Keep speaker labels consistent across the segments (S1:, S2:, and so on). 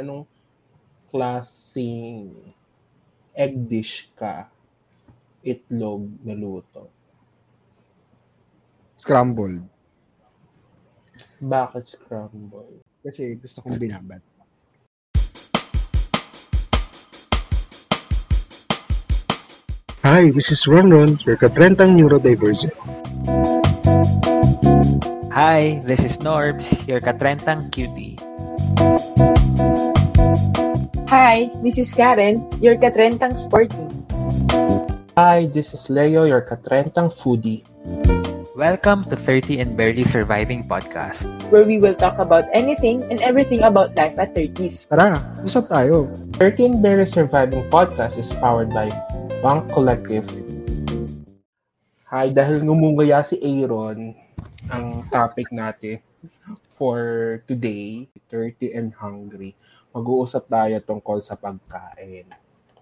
S1: anong klaseng egg dish ka itlog na luto?
S2: Scrambled.
S1: Bakit scramble?
S2: Kasi gusto kong binabat. Hi, this is Ron Ron, your katrentang neurodivergent.
S3: Hi, this is Norbs, your katrentang cutie.
S4: Hi, this is Karen, your katrentang sporty.
S1: Hi, this is Leo, your katrentang foodie.
S3: Welcome to 30 and Barely Surviving Podcast.
S4: where we will talk about anything and everything about life at 30s.
S2: Tara, usap tayo.
S1: 13 Berry Surviving Podcast is powered by Bank Collective. Hi, dahil ngumungaya si Aaron, ang topic natin for today, 30 and Hungry, mag-uusap tayo tungkol sa pagkain.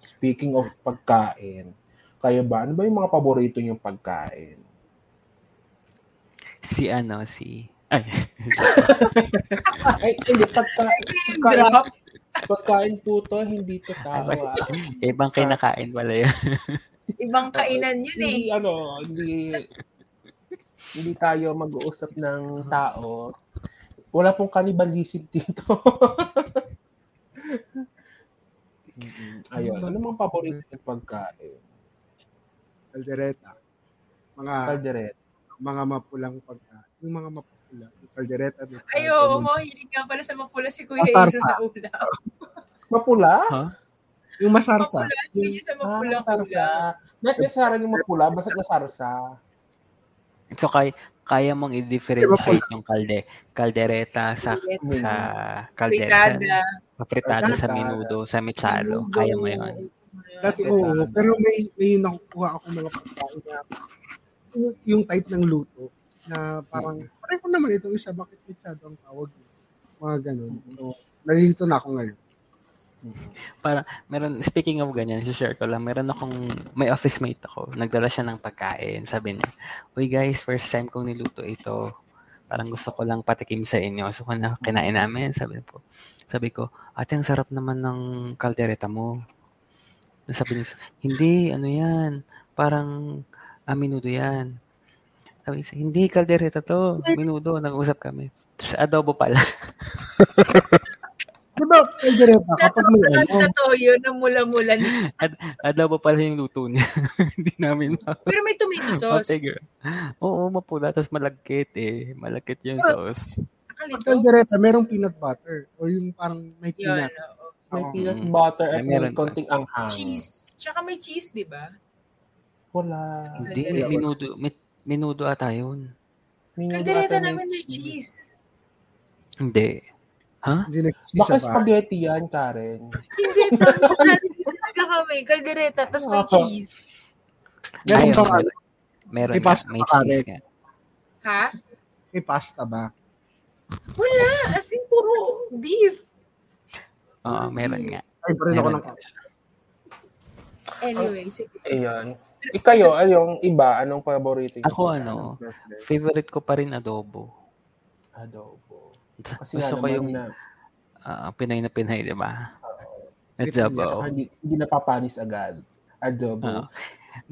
S1: Speaking of pagkain, kayo ba, ano ba yung mga paborito niyong pagkain?
S3: Si ano, si... Ay,
S1: Ay, hindi, pagka, pagkain, pagkain po to, hindi to tawa.
S3: ibang kinakain pala yun.
S5: Ibang kainan yun eh.
S1: hindi ano, hindi hindi tayo mag-uusap ng tao. Wala pong cannibalism dito. Mm-mm. Ayun, ano mga paborito ng pagkain?
S2: Caldereta. Mga
S1: Kaldereta.
S2: mga mapulang pagkain. Yung mga mapula. Yung caldereta. may
S5: Ay,
S2: kaldereta.
S5: oo, mahilig ka pala sa mapula si Kuya Ito
S2: Masarsa.
S5: na ulam.
S1: Mapula?
S2: Yung masarsa.
S5: Mapula,
S2: Yung
S5: hindi sa
S1: Ah,
S5: mapula
S1: sarsa.
S5: ulam.
S1: Not necessarily mapula, basta nasarsa.
S3: So, kay, kaya mong i-differentiate yung kalde, kaldereta sa sa kaldereta,
S5: Fritada.
S3: sa fritada, sa minudo, sa mitsalo. Kaya mo yun.
S2: dati oo. Pero may, may nakukuha ako mga pagkain na yung, yung type ng luto na parang, pareho naman itong isa, bakit masyado ang tawag niya? Mga ganun. So, nalilito na ako ngayon.
S3: meron speaking of ganyan, share ko lang, meron akong may office mate ako. Nagdala siya ng pagkain. Sabi niya, "Uy guys, first time kong niluto ito. Parang gusto ko lang patikim sa inyo." So kana kinain namin, sabi ko. Sabi ko, "Ate, ang sarap naman ng kaldereta mo." Sabi niya, "Hindi, ano 'yan? Parang ah, minudo 'yan." Sabi niya, "Hindi kaldereta 'to, minudo." Nag-usap kami. Tas adobo pala.
S2: Diba, kaldereta, kapag may
S5: Ang
S2: ano,
S5: sa toyo na mula-mula. na-
S3: adobo pala yung luto niya. Hindi namin
S5: Pero may tomato
S3: Hot
S5: sauce.
S3: egg. Oo, mapula. Tapos malagkit eh. Malagkit yung
S2: Ah.
S3: sauce.
S2: pag
S5: Nakalito.
S2: kaldereta, merong peanut butter or yung parang may
S5: Yun,
S2: peanut.
S5: oo.
S1: May
S2: Oo.
S1: peanut
S3: Mm.
S1: butter at
S3: Ay,
S1: may
S3: meron pa.
S1: konting anghang.
S5: Cheese. Tsaka may cheese, di ba?
S1: Wala.
S3: Hindi,
S5: Kaldereta.
S3: minudo, min- minudo ata yun.
S1: Minudo ata
S5: Kaldereta
S1: may
S5: namin may cheese.
S3: Hindi.
S2: Hindi nagsisa
S1: Baka
S2: ba?
S1: spaghetti yan, Karen.
S5: Hindi, tapos talaga kami. Kaldereta, tapos may
S1: Oo.
S5: cheese.
S2: Meron
S3: Ayun,
S2: ba ka,
S3: Meron
S2: May
S3: nga,
S2: pasta
S3: may
S2: pa
S3: cheese
S2: kare.
S3: nga.
S5: Ha?
S2: may pasta ba?
S5: Wala. As in, puro beef.
S3: Oo, meron nga.
S2: Ay, pa rin ako
S3: Meron.
S2: ng
S3: Oh.
S5: Anyway, sige.
S1: Ayun. Ikayo, ayong iba, anong paborito niyo?
S3: Ako, ano, Favorite ko pa rin adobo.
S1: Adobo. Kasi
S3: Kasi Gusto ko yung
S1: na,
S3: ah, Pinay na Pinay, di ba?
S1: saka
S3: Adobo.
S1: hindi, hindi napapanis agad. Adobo.
S3: Oo.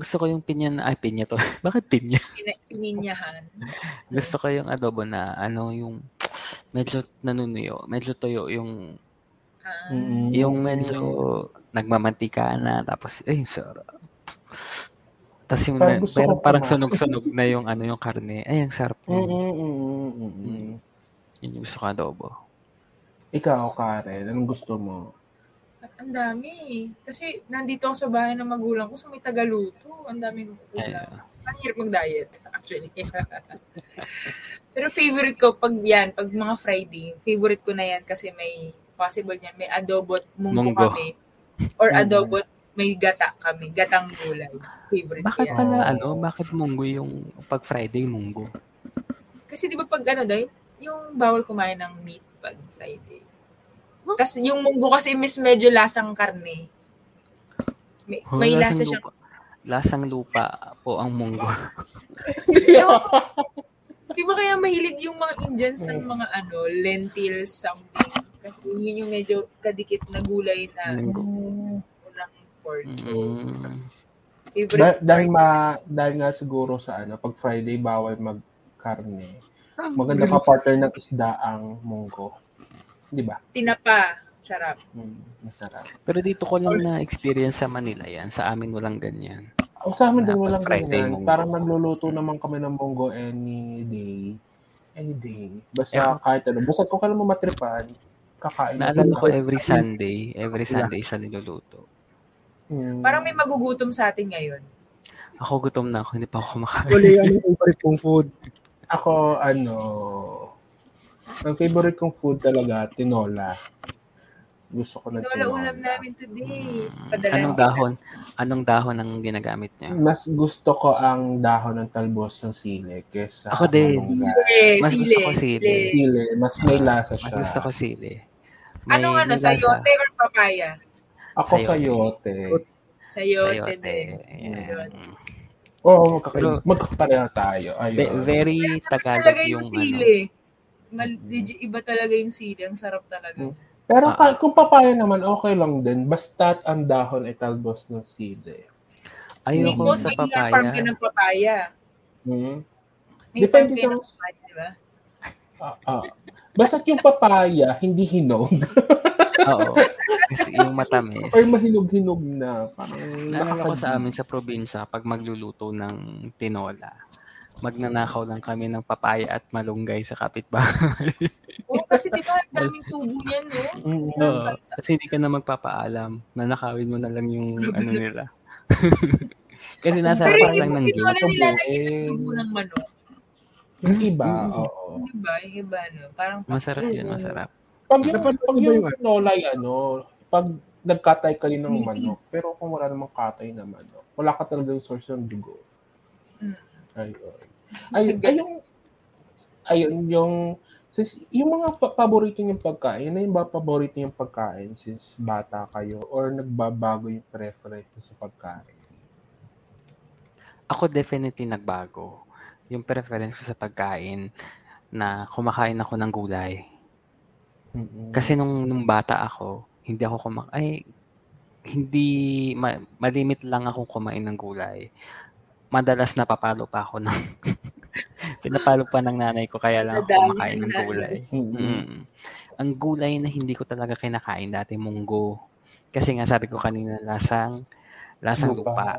S3: Gusto ko yung pinya na, ay pinya to. Bakit pinya?
S5: Pina- Pininyahan.
S3: Gusto ko yung adobo na ano yung medyo nanunuyo, medyo tuyo yung
S5: Ah.
S1: Mm.
S3: Yung medyo nagmamantika na, tapos, eh, sarap. Tapos
S1: Parang
S3: yung, parang,
S1: gusto ko
S3: parang
S1: kumain.
S3: sunog-sunog na yung ano yung karne. Ay, ang sarap.
S1: Mm,
S3: nun.
S1: mm, mm, mm, mm, mm.
S3: Yun yung gusto ko adobo.
S1: Ikaw, Karen, anong gusto mo?
S5: At ang dami. Kasi nandito ako sa bahay ng magulang ko, so may tagaluto. Ang daming ulam. Ang hirap mag-diet, actually. Pero favorite ko, pag yan, pag mga Friday, favorite ko na yan kasi may, possible yan, may adobo at munggo,
S3: Munggo.
S5: kami. Or
S1: Mm.
S5: adobo at may gata kami, gatang gulay. Favorite ko
S3: Bakit
S5: yan.
S3: pala,
S1: Oo.
S3: ano, bakit munggo yung pag Friday, munggo?
S5: Kasi di ba pag ano dahil, yung bawal kumain ng meat pag Friday. Tapos yung munggo kasi miss medyo lasang karne. May,
S3: Huh,
S5: may lasa
S3: lasang
S5: siyang
S3: lupa. Lasang lupa po ang munggo.
S5: Di ba kaya mahilig yung mga Indians ng mga ano, lentils something? Kasi yun yung medyo kadikit na gulay na
S3: Linggo.
S5: unang pork.
S3: Mm.
S1: Da-
S5: Favorite
S1: dahil, ma, dahil nga siguro sa ano, pag Friday bawal magkarne.
S2: Sabi,
S1: Maganda pa partner ng isda ang munggo. Di ba?
S5: tinapa. Sarap.
S1: Mm, masarap.
S3: Pero dito ko lang na-experience sa Manila yan. Sa amin walang ganyan.
S1: O Oh, sa amin din
S3: Dapat
S1: walang
S3: Friday
S1: ganyan.
S3: munggo.
S1: Parang nagluluto naman kami ng munggo any day. Any day. Basta
S3: Ewan-
S1: kahit ano. Basta kung kailan mo matripan, kakain. ka
S3: Naalala
S1: lang.
S3: ko every Sunday, every Sunday siya niluluto.
S1: Mm.
S5: Parang may magugutom sa atin ngayon.
S3: Ako gutom na ako, hindi pa ako kumakain.
S2: Actually, ano yung favorite kong food?
S1: Ako, ano, ang favorite kong food talaga, tinola. Gusto ko ng
S5: Wala ulam
S1: tinola.
S5: namin today.
S3: Anong
S5: Padala.
S3: dahon? Anong dahon ang ginagamit niya?
S1: Mas gusto ko ang dahon ng talbos ng sili kesa
S3: Ako din.
S1: malunggay.
S5: Sili,
S3: Mas gusto
S5: sili,
S3: ko sili.
S5: sili.
S1: Sili, mas may lasa siya.
S3: Mas gusto ko sili. May-
S5: Anong ano,
S3: may lasa.
S5: sayote or papaya?
S1: Ako
S3: Sayote.
S1: sayote.
S5: Sayote, din.
S3: Ayan.
S1: Oo, oh,
S3: Pero-
S1: magkakapareha tayo.
S3: Ve-
S1: Ayun.
S3: very
S5: Kaya naman
S3: Tagalog
S5: talaga yung
S3: yung ano.
S5: sili. Mal- legit, iba talaga yung sili. Ang sarap talaga.
S1: Mm. Pero
S3: Ah.
S1: ka- kung papaya naman, okay lang din. Basta't ang dahon ay talbos ng sili.
S5: Hindi
S3: Ayoko
S5: ko
S3: sa
S5: sa farm ka
S3: papaya.
S5: ng papaya.
S1: Hmm?
S5: May
S1: Depende
S5: farm kayo
S1: sa-
S5: ng papaya, di ba?
S1: Ah, ah. Basta't yung papaya, hindi hinog.
S3: Oo. Kasi yung matamis.
S1: Or mahinog-hinog na. Parang
S3: Naalala ko
S1: nakakad-
S3: sa amin sa probinsya, pag magluluto ng tinola, magnanakaw lang kami ng papaya at malunggay sa kapitbahay.
S5: Oo, kasi di ba, ang daming tubo niyan, no?
S1: Mm,
S3: Oo. Kasi hindi ka na magpapaalam. Nanakawin mo na lang yung ano nila. Kasi nasa
S5: Pero
S3: harapan
S5: yung
S3: lang ng
S5: iba
S3: gate.
S5: na nilalagyan ng
S1: Eh.
S5: tubo ng manok.
S1: Yung iba,
S3: Mm-hmm.
S1: oo.
S5: Yung iba, yung iba, no? Parang
S3: Masarap yun, masarap.
S1: Pag yung,
S2: Napanood
S1: pag
S2: mo ba
S1: yung
S2: yung-
S1: pinolay, ano, pag nagkatay kayo ng manok, pero kung wala namang katay na manok, wala ka talaga yung source ng dugo.
S5: Mm.
S1: Ayun. Ayun, ayun, ayun, yung, since, yung mga pa- paborito niyong pagkain, ano yung ba paborito niyong pagkain since bata kayo or nagbabago yung preference niyo sa pagkain?
S3: Ako definitely nagbago. Yung preference ko sa pagkain na kumakain ako ng gulay.
S1: Mm-mm.
S3: Kasi nung, nung bata ako, hindi ako kumakain. Ay, hindi, ma- malimit lang akong kumain ng gulay. Madalas napapalo pa ako ng, pinapalo pa ng nanay ko, kaya lang ako
S5: Nadami
S3: kumakain
S5: ng
S3: ng
S5: nanay.
S3: gulay.
S1: Mm-mm.
S3: Mm. Ang gulay na hindi ko talaga kinakain dati, munggo. Kasi nga sabi ko kanina, lasang, lasang
S1: Lupa.
S3: lupa.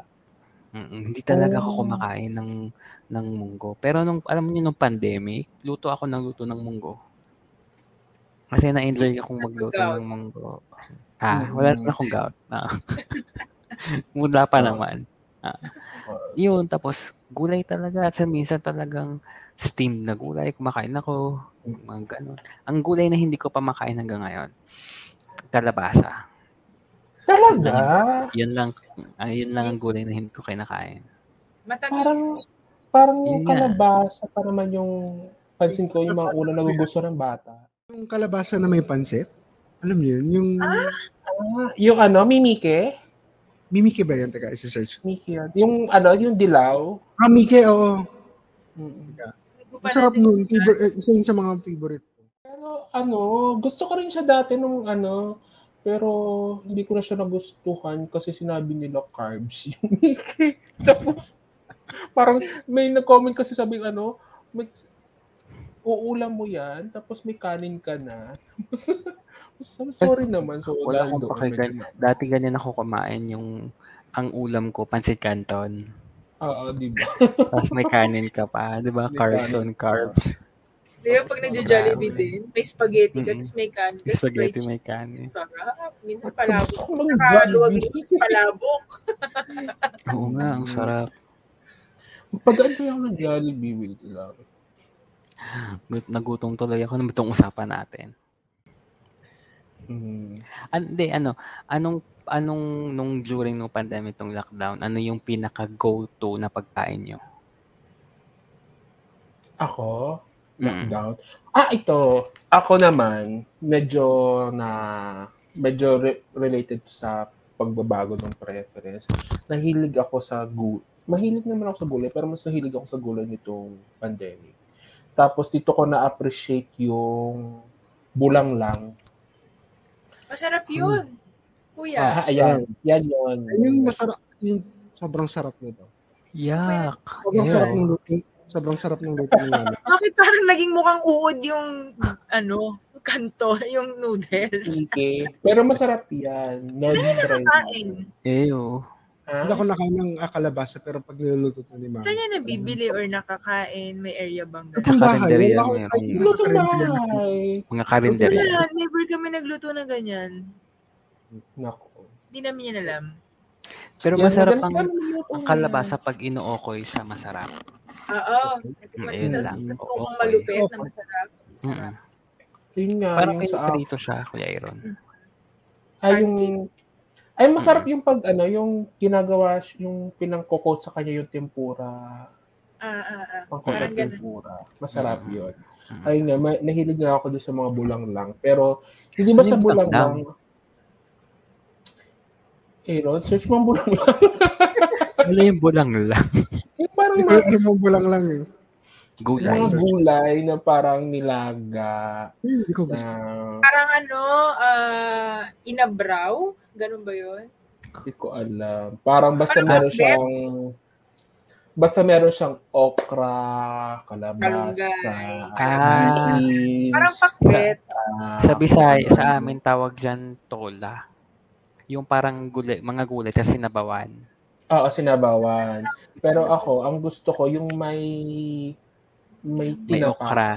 S3: Mm, hindi talaga ako
S1: Oh.
S3: kumakain ng ng munggo. Pero nung alam niyo nung pandemic, luto ako ng luto ng munggo. Kasi na-enjoy akong magluto
S5: gout?
S3: ng munggo. Ah, wala
S1: Mm.
S3: na akong gout. Ah.
S1: Oh.
S3: Mula pa naman. Ah. Yun, tapos gulay talaga. At sa minsan talagang steam na gulay. Kumakain ako. Mga ganun. Ang gulay na hindi ko pa makain hanggang ngayon, kalabasa.
S1: Talaga?
S3: Yun lang, ah, yun lang ang gulay na hindi ko kinakain.
S5: matamis.
S1: Parang, parang yung
S3: Yun nga.
S1: kalabasa pa naman yung pansin ko yung mga una nagugusto ng bata.
S2: Yung kalabasa na may pansit? Alam niyo yun? Yung
S1: Ah, yung ano, mimike?
S2: Mimike ba yan? Teka, isi-search.
S1: Mimike yun. Yung ano, yung dilaw.
S2: Ah, Mike, oo.
S1: Mm.
S5: Hindi ko pa
S2: Ang sarap
S5: natin-
S2: nun. Favor- eh, isa yun sa mga favorite ko.
S1: Pero ano, gusto ko rin siya dati nung ano, pero hindi ko na siya nagustuhan kasi sinabi nila carbs yung mimike. Tapos, parang may nag-comment kasi sabi ano, may, uulam mo yan, tapos may kanin ka na. Sorry naman. So,
S3: Wala
S1: dahil
S3: akong
S1: doon,
S3: pakigan.
S1: medyo-
S3: Dati ganyan ako kumain yung ang ulam ko, pansit canton.
S1: Oo, ah, di ba?
S3: Tapos may kanin ka pa, di ba?
S1: May
S3: Carbs
S1: kanin
S3: on
S1: ka.
S3: carbs.
S5: Di ba, pag nagja-jollibee
S3: Grabe.
S5: din, may spaghetti ka,
S3: Mm-mm.
S5: tapos may kanin ka,
S3: Spaghetti
S5: fried
S3: may kanin.
S5: chicken. Sarap. Minsan
S1: Gusto
S5: palabok.
S1: ko lang
S5: Nakaluwag
S1: Jollibee.
S5: yung palabok.
S3: Oo nga, ang sarap.
S1: Pagdaan ko yung ng Jollibee, wait lang.
S3: Gut- Nagutom tuloy ako ng itong usapan natin.
S1: Mm.
S3: An- Hindi, ano, anong anong nung during nung pandemic tong lockdown, ano yung pinaka go-to na pagkain nyo?
S1: Ako?
S3: Mm.
S1: Lockdown? Ah, ito. Ako naman, medyo na, medyo re- related sa pagbabago ng preference. Nahilig ako sa gulay. Mahilig naman ako sa gulay, pero mas nahilig ako sa gulay nitong pandemic. Tapos dito ko na-appreciate yung bulang lang
S5: Masarap yun.
S3: Mm.
S5: Kuya,
S1: Ah, ayan. Yan yun.
S2: Yung masarap, yung sobrang sarap nito.
S3: Yak.
S2: Sobrang
S3: Ayun.
S2: sarap ng luto. Sobrang sarap ng luto ng nanay.
S5: bakit parang naging mukhang uod yung, ano, kanto, yung noodles?
S1: Okay. Pero masarap yan. Northern Drive.
S5: Kain.
S3: Ew.
S1: Ha?
S2: Hindi ako nakain ng akalabasa pero pag niluluto to ni mama.
S5: Saan niya nabibili or nakakain? May area bang
S2: Sa
S5: ganun?
S3: Sa
S2: bahay,
S3: karinderya
S2: wala akong
S3: ngayon.
S2: kain sa
S1: Luto
S2: karinderya.
S1: bahay.
S3: Mga calendar
S1: Ano
S5: Wala,
S3: yan.
S5: never kami nagluto na ganyan.
S1: Nako.
S5: Hindi namin yan alam.
S3: Pero
S1: Yan,
S3: masarap
S1: madali-
S3: ang,
S1: ano yung luto
S3: ang
S1: niya?
S3: kalabasa pag inuokoy siya masarap.
S5: Oo.
S3: Ayun
S5: Matitas.
S3: lang.
S5: Mas
S3: Oo,
S5: mukhang
S3: okay.
S5: malupit na masarap.
S3: Mm-mm.
S5: Masarap.
S1: Yun nga,
S3: Parang
S1: yung sa akin.
S3: pinito siya, Kuya Iron.
S1: Ay, yung... Ay, masarap yung pag, ano, yung ginagawa, yung pinangkoko sa kanya yung tempura.
S5: Ah, ah, ah.
S1: Pangkoko
S5: Parang ganun.
S1: tempura. Masarap
S3: Mm.
S1: yun.
S3: Mm.
S1: Ayun nga, ma- nahilig na ako doon sa mga bulang lang. Pero, hindi ba
S3: Ano
S1: sa
S3: yung
S1: bulang lang?
S3: bulang
S1: Eh, no, search mo ang bulang lang.
S3: Wala Ano yung bulang lang.
S1: Eh, parang
S2: Hindi ko
S1: mga,
S2: alam mo bulang lang eh.
S3: Gulay.
S1: mga gulay na parang nilaga.
S2: Hindi
S3: Ah.
S2: ko
S1: Na,
S2: gusto.
S5: Parang ano, ah, inabraw? Ganun ba yun?
S1: hindi ko alam. Parang basta
S5: Parang
S1: meron
S5: bakbet?
S1: siyang... Basta meron siyang okra, kalabasa,
S5: Malunggay.
S3: Ah.
S1: beans,
S5: Parang pakbet.
S1: ah,
S3: Sa Bisay, sa amin tawag dyan tola. Yung parang gulay, mga gulay, tapos sinabawan.
S1: Oo, sinabawan. Pero ako, ang gusto ko yung may may
S3: May
S1: tinapa.
S3: okra.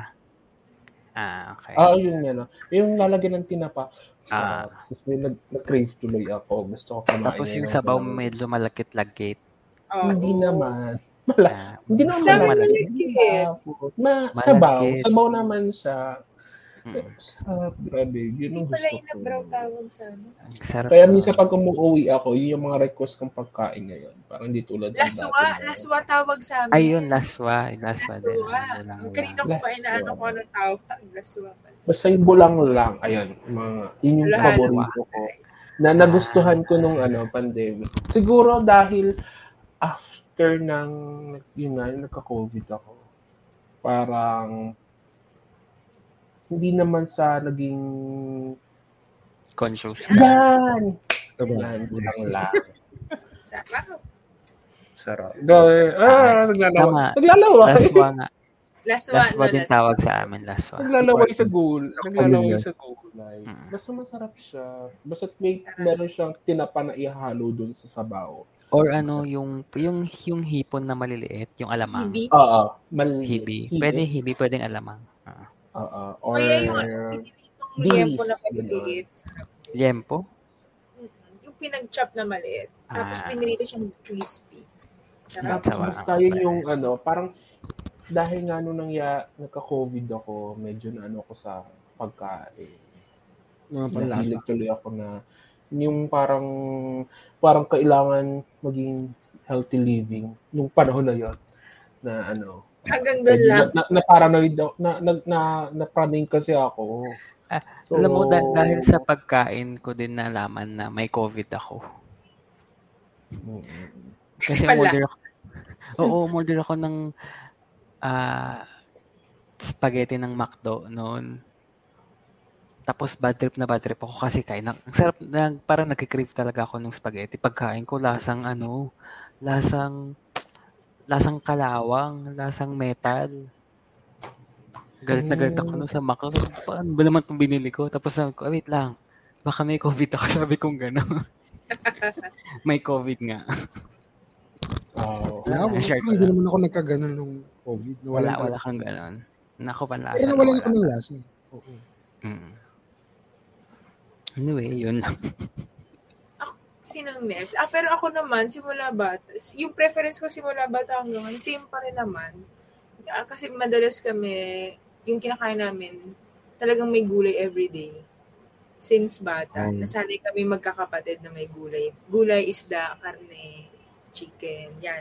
S3: Ah, okay.
S1: Oo, yun yun. ah. Yung lalagyan ng tinapa. So,
S3: Ah.
S1: may nag, nag-crave tuloy ako. Gusto ko kumain.
S3: Tapos
S1: ngayon
S3: yung
S1: ng
S3: sabaw
S1: ganun.
S3: medyo malakit-lagit.
S5: Oo.
S1: Hindi naman. Mala,
S3: Ah,
S1: hindi naman
S5: Sabi
S1: malaki.
S5: malagkit.
S1: Ma,
S3: Malagkit.
S1: sabaw. Sabaw naman siya.
S3: mm,
S1: Sarap, grabe. Yun
S5: Hindi
S1: ang
S5: pala
S1: gusto
S5: inabraw
S1: ko.
S5: tawag sa ano.
S3: ang sarap.
S1: Kaya
S3: nun.
S1: minsan pag umuwi ako, yun yung mga request kong pagkain ngayon. Parang di tulad ng
S5: Laswa,
S1: dati.
S5: laswa tawag sa amin.
S3: Ay, yun, laswa. Laswa din. ano
S5: Laswa.
S3: Walang-
S5: Ang Kanina ko pa
S1: Laswa.
S5: inaano ko anong tawag. Laswa pala.
S1: Basta yung bulang lang. Ayun, mga, yun yung
S5: Lahat.
S1: paborito ko. Na nagustuhan ko nung ano, pandemic. Siguro dahil after ng, yun nga, yung nagka-COVID ako, parang, hindi naman sa naging,
S3: Conscious.
S1: yan!
S2: Diba?
S1: Yan, bulang lang.
S5: Sarap.
S1: Sarap. Gawin, ah, naglalawa.
S3: Tama.
S1: Naglalaway.
S3: Laswa nga.
S5: Laswa,
S3: Laswa
S5: ano,
S3: din
S5: laswa.
S3: tawag sa amin, laswa.
S1: Naglalaway sa gul. Naglalaway
S2: Familiar.
S1: sa gulay.
S3: Mm.
S1: Basta masarap siya. Basta may meron siyang tinapa na ihalo dun sa sabaw.
S3: Or ano, yung, yung, yung hipon na maliliit, yung alamang.
S5: Hindi.
S1: Oo. Maliit.
S3: Hibi. Pwede hibi, pwedeng alamang. Ah.
S1: Oo. Or
S5: Kaya yung ano, pinilitong
S1: Dilis,
S5: liempo na
S1: ganun.
S5: paliliit.
S3: Liempo?
S5: Mm, Yung pinag-chop na maliit. Tapos
S3: Ah.
S5: pinilito siyang crispy. Sarap.
S1: tapos basta yun yung ano, parang dahil nga nung nangya, nagka-COVID ako, medyo na ano ko sa pagkain.
S2: Mga
S3: Diba?
S2: panlasa.
S1: Nahilig tuloy ako na yung parang parang kailangan maging healthy living nung panahon na yon na ano
S5: Hanggang doon
S1: Medyo
S5: lang.
S1: na, na, paranoid na, na, na, na, na-praning kasi ako.
S3: Ah,
S1: So,
S3: Alam mo, dah- dahil sa pagkain ko din nalaman na may COVID ako.
S1: Mm.
S3: Kasi
S5: Kasi pala.
S3: umorder ako. Oo, umorder ako ng ah, spaghetti ng McDo noon. Tapos bad trip na bad trip ako kasi kain. ng- Ang sarap, na, parang nagkikrave talaga ako ng spaghetti. Pagkain ko, lasang ano, lasang, lasang kalawang, lasang metal. Galit na galit ako nun sa McDo. Sabi ko, paano ba naman itong binili ko? Tapos sabi ko, "Ah, wait lang, baka may COVID ako. Sabi kong gano'n. may COVID nga.
S1: Oo.
S2: Wala,
S3: Wala, share Ah, ko
S2: Hindi
S3: lang.
S2: naman ako nagkaganon nung COVID.
S3: Wala,
S2: Nawalan
S3: wala,
S2: talaga.
S3: kang ganon. Naku,
S2: Pero
S3: panlasa.
S2: nawalan ako
S3: wala.
S2: ng lasa. eh. Oo.
S3: Mm. Anyway, yun lang.
S5: Sinang next? Ah, pero ako naman, simula bata. Yung preference ko simula bata hanggang ngayon, same pa rin naman. Ah, kasi madalas kami, yung kinakain namin, talagang may gulay everyday. Since bata.
S2: Ay.
S5: Nasanay kami magkakapatid na may gulay. Gulay, isda, karne, chicken, yan.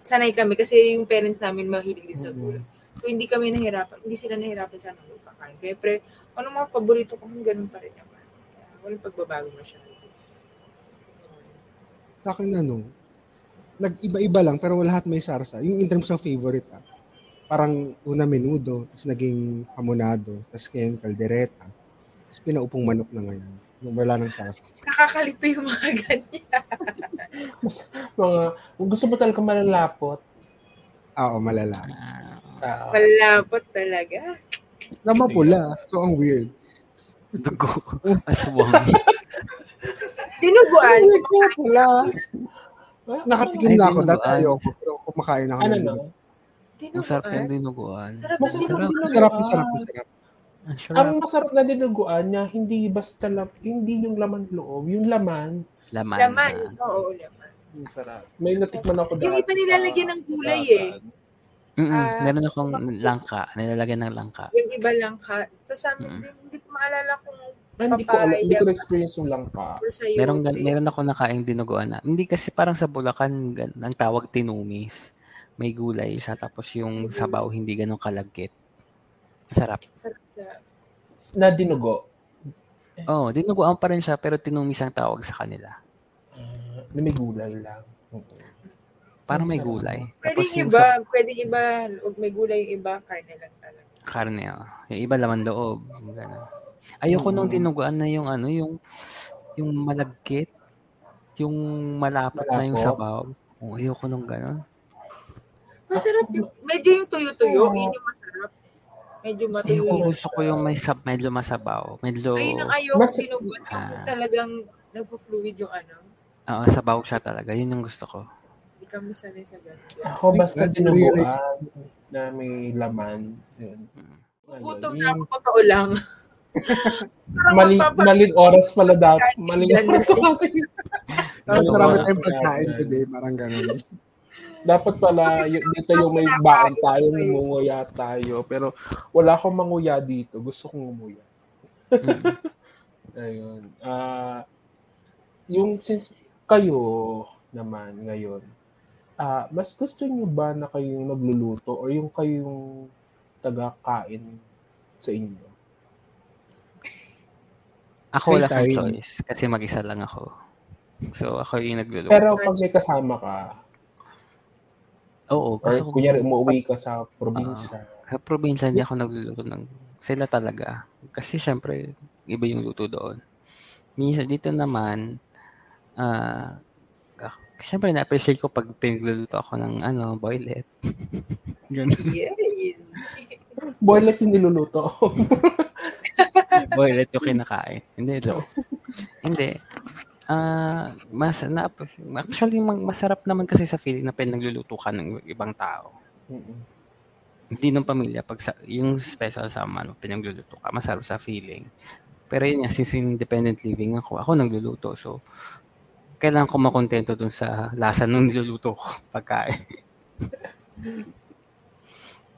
S5: Sanay kami kasi yung parents namin mahilig din sa gulay. So, hindi kami nahirapan, hindi sila nahirapan sa amin magpakain. Kaya pre, ano mga paborito ko, ganun pa rin naman. Kaya Walang pagbabago masyado.
S2: Sa akin ano, nag-iba-iba lang pero lahat may sarsa. Yung in terms of favorite ah. Parang una menudo, tapos naging hamonado, tapos ngayon kaldereta. Tapos pinaupong manok na ngayon. Wala nang sasa.
S5: Nakakalito yung mga ganyan.
S1: Mga, gusto mo talaga malalapot.
S2: Oo, oh, malala.
S1: Ah,
S5: Malapot talaga.
S2: Na mapula. So, ang weird.
S3: Dugo. Aswang.
S5: Tinuguan.
S1: wala.
S2: Nakatikim
S3: Ay,
S2: na ako.
S3: dinuguan.
S2: Dati ayoko. Pero kumakain ako.
S1: Ano
S2: ng
S1: no?
S2: dinuguan.
S3: Ang sarap
S5: Tinuguan.
S3: ng dinuguan.
S5: eh. Sarap ng
S1: Masarap yung
S5: dinuguan.
S1: dinuguan.
S2: Masarap, masarap, masarap.
S3: Ang sarap.
S1: Ang masarap na dinuguan niya, hindi basta lab, hindi yung laman loob, yung laman.
S3: Laman.
S5: Laman.
S3: na.
S5: Oo, laman.
S1: Ang sarap. May natikman ako
S5: Yung iba nilalagyan ng gulay eh.
S3: Mm-mm.
S5: Ah,
S3: meron akong langka. Nilalagyan ng langka.
S5: Yung iba lang ka. Tapos sabi,
S3: Mm.
S5: hindi, hindi ko maalala kung
S1: Ah, Hindi ko alam, hindi ko
S5: Papaya.
S1: na-experience yung langka.
S5: for sa'yo.
S3: Meron, gan-
S5: eh.
S3: meron ako nakaing dinuguan na. Hindi kasi parang sa Bulacan, gan- ang tawag tinumis. May gulay siya, tapos yung
S5: Mm-hmm.
S3: sabaw hindi ganun kalagkit. Sarap.
S5: Sarap sa-
S1: Na dinugo.
S3: Oo, oh, dinuguan pa rin siya, pero tinumis ang tawag sa kanila.
S1: Ah, na may gulay lang.
S3: Parang may
S1: Sarap.
S3: gulay.
S5: Pwede
S3: Tapos
S5: yung
S3: yung
S5: iba,
S3: sa
S5: pwede yung iba, huwag may gulay yung iba, karne lang talaga.
S3: karne, oh. yung iba laman loob. Ganun. Ayoko nung
S1: Mm.
S3: dinuguan na yung ano, yung yung malagkit, yung malapot, na yung
S1: Malapot.
S3: sabaw. Oh, ayoko nung ganun. Ah,
S5: Masarap yung, medyo yung tuyo-tuyo, yun yung masarap. Medyo matuyo.
S3: Ayoko
S5: yun.
S3: gusto ko yung may sab medyo masabaw. Medyo
S5: Ayun ang ayaw
S1: Mas-
S5: Mas, dinuguan.
S3: Ah.
S5: talagang nagpo-fluid yung ano.
S3: Oo, ah, sabaw siya talaga. Yun yung gusto ko.
S5: Hindi kami sanay sa ganun.
S1: Ako basta
S2: Wait,
S1: dinuguan
S2: nare-realize-
S1: na may laman. Yun. Ano,
S5: Gutom
S1: yung
S5: na ako pagkao lang. Parang
S1: Mali,
S5: magpapa-
S1: maling oras pala dapat. Maling oras sa akin.
S2: Tapos
S3: Dinuguan.
S2: marami tayong pagkain today. Parang ganun.
S1: Dapat pala y- dito yung may baon tayo, ngumunguya tayo. Pero wala akong manguya dito. Gusto kong ngumunguya.
S3: Mm.
S1: Ayun. Ah, yung since kayo naman ngayon, ah, mas gusto niyo ba na kayong nagluluto o yung kayong taga-kain sa inyo?
S3: Ako wala
S2: Free
S3: akong
S2: time.
S3: choice kasi mag-isa lang ako. So ako yung nagluluto.
S1: Pero pag may kasama ka, or
S3: Oo, gusto ko.
S1: kunyari umuwi ka sa probinsya,
S3: Sa probinsya hindi ako nagluluto ng sila talaga. Kasi syempre iba yung luto doon. Minsan dito naman ah ak- syempre na-appreciate ko pag pinagluluto ako ng ano, boylet. Ganun.
S5: Yes.
S3: Ah.
S1: boilet yung niluluto.
S3: boylet yung kinakain. Hindi, joke. Hindi. Ah, mas na actually mang- masarap naman kasi sa feeling na pinagluluto ka ng ibang tao.
S1: Mm-mm.
S3: hindi ng pamilya pag sa, yung special sama no, pinagluluto ka, masarap sa feeling. Pero yun nga, since independent living ako, ako nagluluto. So, kailangan ko makontento dun sa lasa nung niluluto ko pagkain.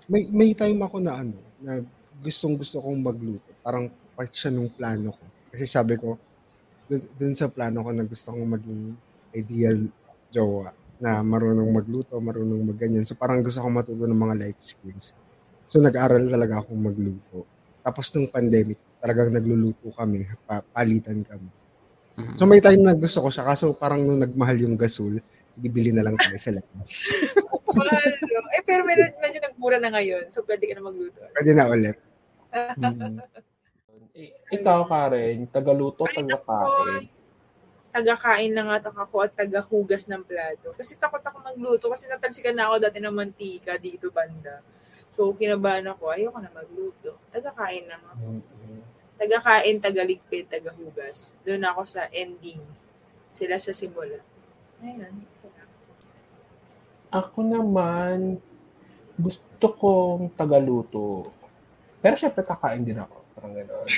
S2: May, may time ako na ano, na gustong gusto kong magluto. Parang part siya nung plano ko. Kasi sabi ko, dun, dun sa plano ko na gusto kong maging ideal jowa na marunong magluto, marunong magganyan. So parang gusto kong matuto ng mga life skills. So nag-aral talaga akong magluto. Tapos nung pandemic, talagang nagluluto kami, pa- palitan kami.
S3: Mhm.
S1: Mm-hmm.
S2: So may time na gusto ko siya, kaso parang nung nagmahal yung gasol, sige bili na lang tayo sa labas.
S5: Walo. Eh, pero meron, medyo nagmura na ngayon. So, pwede ka na magluto.
S2: Pwede na ulit.
S1: I- Ikaw, Karen, tagaluto,
S5: Ay,
S1: tagakain.
S5: Taga-kain na nga ako at taga-hugas ng plato. Kasi takot ako magluto. Kasi natalsikan na ako dati ng mantika dito banda. So, kinabahan ako. Ayoko na magluto. Taga-kain na nga.
S1: Mm-mm.
S5: Taga-kain, taga-ligpit, taga-hugas. Doon ako sa ending. Sila sa simula. Ayun.
S1: Ako naman, gusto kong tagaluto. Pero syempre kakain din ako. Parang gano'n.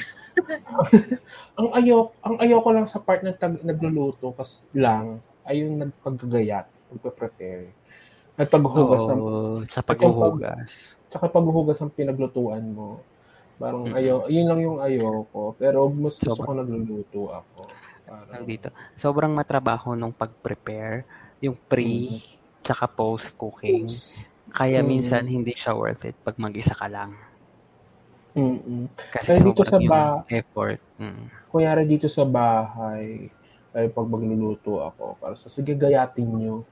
S1: ang ayok, ang ayoko lang sa part ng tag, nagluluto kasi lang ay yung nagpagagayat, nagpe-prepare. At paghugas ng
S3: Oo, sa paghuhugas.
S1: tsaka paghuhugas ng pinaglutuan mo. Parang ayo, yun lang yung ayoko. Pero mas gusto
S3: Sobra.
S1: ko nagluluto ako. Parang,
S3: Ang dito. Sobrang matrabaho nung pag-prepare, yung pre, tsaka post-cooking.
S1: Mm-hmm.
S3: Kaya
S1: So-
S3: minsan hindi siya worth it pag mag-isa ka lang.
S1: Mm-mm.
S3: Kasi
S1: Kaya dito
S3: sobrang
S1: sa
S3: yung
S1: ba-
S3: effort. Mm.
S1: kunyari dito sa bahay, ay pag magluluto ako, para sa sige gayatin nyo.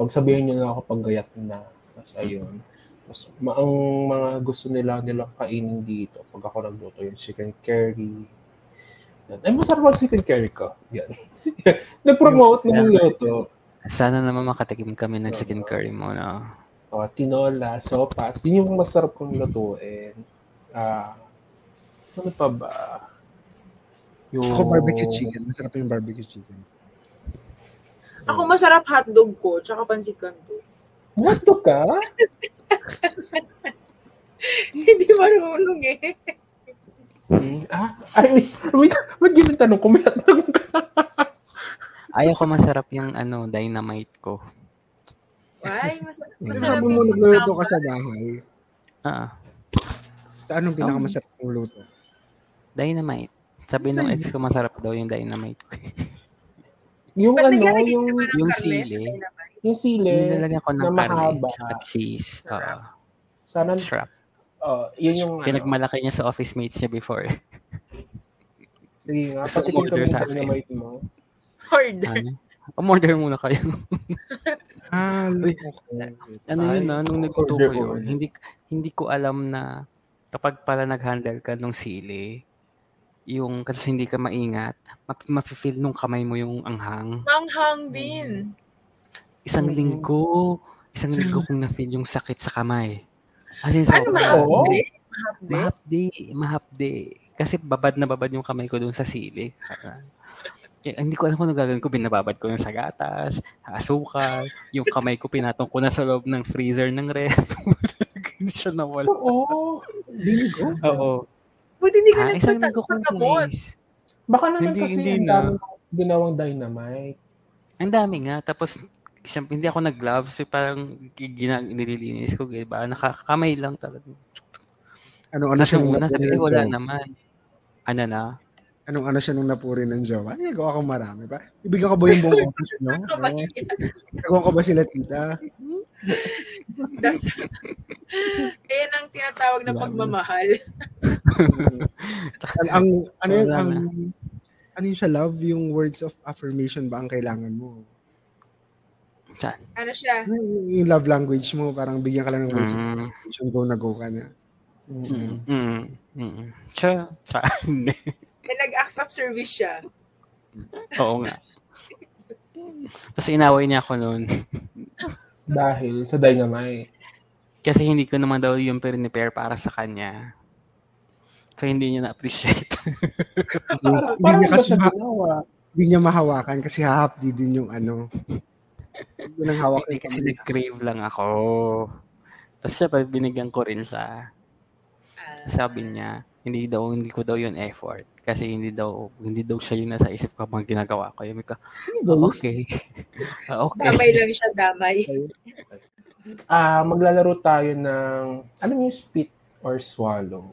S1: Pag sabihin nyo na ako pag gayat na. Tapos ayun. Mas, ma- ang mga gusto nila nilang kainin dito, pag ako nagluto, yung chicken curry, Yan. Ay, masarap ang chicken curry ko. Yan. Nag-promote na yung luto.
S3: Sana naman makatikim kami ng chicken curry mo, no?
S1: O, tinola, sopas. Yun yung masarap kong lutuin. Ah, ano pa ba? Yung...
S2: Ako barbecue chicken. Masarap yung barbecue chicken.
S5: Ako masarap hotdog ko, tsaka pansit kanto.
S1: What to ka?
S5: Hindi marunong eh.
S1: Hmm, Ah, ay, wait, wait, wait, yun ang tanong ko, may tanong ka.
S3: Ayaw ko masarap yung ano, dynamite ko.
S5: Ay, masarap.
S2: Ano
S5: masarap
S2: sabi
S5: yung
S2: mo nagluluto ka
S5: sambal.
S2: sa bahay?
S3: Ah,
S2: Sa anong pinakamasarap kong luto?
S3: dynamite. Sabi ng ex ko masarap daw yung dynamite ko.
S1: Yung
S5: Ba't
S1: ano,
S5: naglalagay
S1: yung,
S5: ka ba ng
S3: yung
S5: karne sa
S3: sili.
S5: dynamite?
S1: yung sili,
S3: Nilalagyan ko ng
S1: na
S3: karne,
S1: mahaba.
S3: tsaka cheese. Oo.
S1: sana,
S3: Shrap.
S1: oh, yun yung, ano,
S3: Pinagmalaki niya sa office mates niya before.
S1: sige nga,
S3: Gusto ko
S1: patikim
S3: order
S1: kami
S3: sa
S1: sa
S3: akin.
S1: dynamite mo.
S5: Order.
S3: Ano? Umorder muna kayo.
S2: Ah,
S3: Uy.
S2: okay.
S3: Ano
S1: Ay,
S3: yun, no? nung nagluto
S1: order,
S3: ko yun,
S1: order.
S3: hindi, hindi ko alam na kapag pala nag-handle ka nung sili, yung kasi hindi ka maingat, map- mafe-feel nung kamay mo yung anghang.
S5: Manghang din.
S3: Mm. Isang
S1: Oo.
S3: linggo, isang linggo kong na-feel yung sakit sa kamay. As in,
S5: Ano
S3: sobrang-
S5: mahapde? Mahapde?
S3: Mahapdi, mahapdi. Kasi babad na babad yung kamay ko doon sa sili. Kaya, hindi ko alam kung ano gagawin ko. Binababad ko yung sa gatas, asukal, yung kamay ko pinatong ko na sa loob ng freezer ng ref. hindi siya nawala.
S1: Oo.
S2: Bingo?
S3: Oo.
S5: Buti hindi
S3: Ah,
S5: ka
S3: isang
S5: nagpata-
S3: linggo kong
S5: nagpagamot.
S3: guys.
S1: Baka naman
S3: Hindi,
S1: kasi
S3: hindi
S1: ang
S3: na.
S1: dami ginawang dynamite.
S3: Ang dami nga. Tapos, siyempre, hindi ako nag-gloves. eh, Parang ginag nililinis ko. Diba? Nakakamay lang talaga.
S2: Ano, ano
S3: Tapos
S2: siya
S3: yung
S2: nung
S3: una,
S2: napuri
S3: sabi
S2: ng
S3: ko, wala
S2: jowa?
S3: naman. Ano na?
S2: Anong ano siya nung napuri ng jowa? Ay, nagawa ko marami pa. Ibigyan ko ba yung buong office, no?
S3: Ah.
S2: Oo. Nagawa ko ba sila, tita?
S5: Das. Ayan ang tinatawag na
S3: Wala.
S5: pagmamahal.
S2: Al- ang, ano yun,
S3: Wala
S2: ang, ano yun sa love, yung words of affirmation ba ang kailangan mo?
S3: Saan?
S5: Ano siya?
S2: Ano Yung yung love language mo, parang bigyan ka lang ng words of
S3: Mm.
S2: affirmation, go na go ka na.
S1: Mm-mm.
S3: Mm. Mm. Cha. Cha. Hindi.
S5: Eh, nag-acts of service siya.
S3: Oo nga. Tapos inaway niya ako noon.
S1: Dahil sa dynamite.
S3: Kasi hindi ko naman daw yung prepare para sa kanya. So, hindi niya na-appreciate.
S1: Parang
S2: Hindi, hindi niya
S1: iba
S2: kasi
S1: siya
S2: ma-
S1: ginawa.
S2: hindi niya mahawakan kasi hahapdi din yung ano. Hindi nang hawak
S3: hindi
S2: yung
S3: kasi
S2: kamay.
S3: nag-crave lang ako. Tapos siya, pag binigyan ko rin siya,
S5: Ah.
S3: sabi niya, hindi daw, hindi ko daw yun effort. Kasi hindi daw, hindi daw siya yung nasa isip ko habang ginagawa ko. Yung ko,
S2: Ano ba yun?
S3: okay. Ah, okay.
S5: Damay lang siya, damay.
S1: Ah, maglalaro tayo ng, alam mo yung spit or swallow?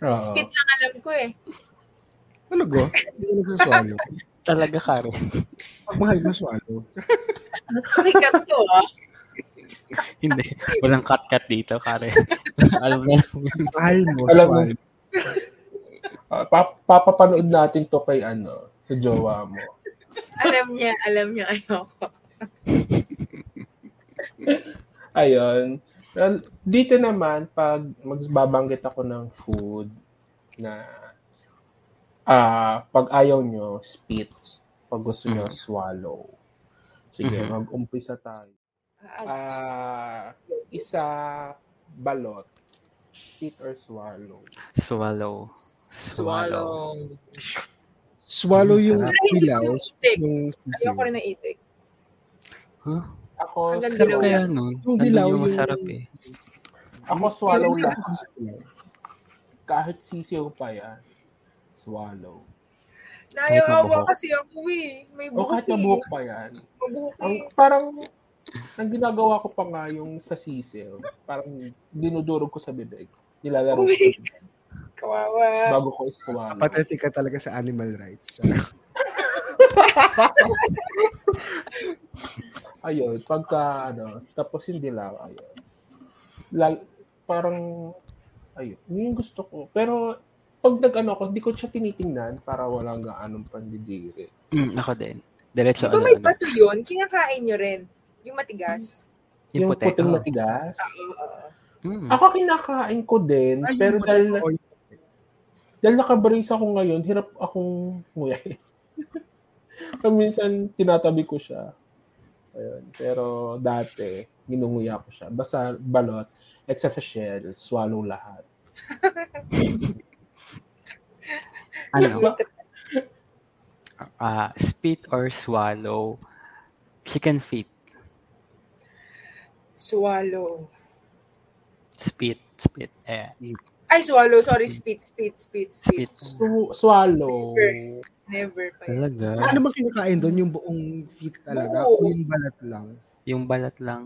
S1: Oo.
S5: Spit lang alam ko eh.
S2: Talaga? Hindi ko nagsaswalo.
S3: Talaga ka rin.
S2: Pag mahal na swalo.
S5: Sikat to ah.
S3: hindi. Walang cut-cut dito, Karen. Alam na lang yun.
S2: Mahal mo,
S1: Alam mo.
S2: swalo.
S1: Ah, pap- papapanood natin to kay ano, sa jowa mo.
S5: Alam niya, alam niya ayoko.
S1: Ayun. Well, dito naman, pag magbabanggit ako ng food na ah pag ayaw nyo, spit. Pag gusto nyo,
S3: Mhm.
S1: swallow. Sige,
S3: Mhm.
S1: mag-umpisa tayo.
S5: Ah,
S1: Ah, isa, balot. Spit or swallow.
S3: Swallow. Swallow.
S5: swallow.
S2: Swallow yung
S3: Sarap.
S2: ilaw.
S5: Itik.
S2: Yung
S5: Ayoko rin ng itik.
S3: Huh?
S1: Ako,
S5: Hanggang
S3: Sarap
S5: Dilaw
S3: kaya
S5: yan.
S3: nun.
S2: Yung
S3: Nandun
S2: dilaw,
S3: yung
S2: yung-
S3: masarap eh.
S1: ako swallow
S2: Sarap
S1: lahat.
S2: sa ilaw.
S1: Kahit sisiyaw pa yan, swallow.
S5: Nayawa
S3: mabuhok.
S5: kasi ako eh. May
S1: O
S3: Oh,
S5: buhok
S1: kahit
S5: eh.
S1: nabuhok pa yan,
S5: Mabuhok eh.
S1: Ang parang ang ginagawa ko pa nga yung sa sisil, parang dinudurog ko sa bibig. Nilalaro ko
S5: Uy.
S1: sa bibig
S5: Kawawa.
S1: bago ko iswallow.
S2: Pathetic ka talaga sa animal rights.
S1: Ayun, pagka ano, tapos yung dilaw, ayun. Lal- parang, ayun, yun yung gusto ko. Pero, pag nag-ano ko, hindi ko siya tinitingnan para wala nga anong pandidiri.
S3: Mm, ako din. Diretso
S5: Di ba
S3: ano,
S5: may
S3: ano.
S5: bato yun? Kinakain nyo rin. Yung matigas.
S1: Yung,
S3: puti.
S1: puting Ah,
S3: Oo. Hmm.
S1: matigas.
S5: Oo.
S3: Mm.
S1: Ako kinakain ko din, pero dahil,
S2: Ay,
S1: Dahil nakabrace ako ngayon, hirap akong nguyay. Minsan, tinatabi ko siya. Ayun. Pero dati, ginunguya ko siya. Basta balot, except sa shell, swallow lahat.
S3: Ano? Ah, spit or swallow, chicken feet,
S5: Swallow.
S3: spit, spit, eh,
S5: Ay, swallow. Sorry, spit, spit, spit, spit.
S3: spit.
S1: Su- swallow.
S5: Never pa yun.
S3: Talaga.
S2: Ano bang kinakain doon? Yung buong feet talaga? O
S5: Oo.
S2: yung balat lang?
S3: Yung balat lang.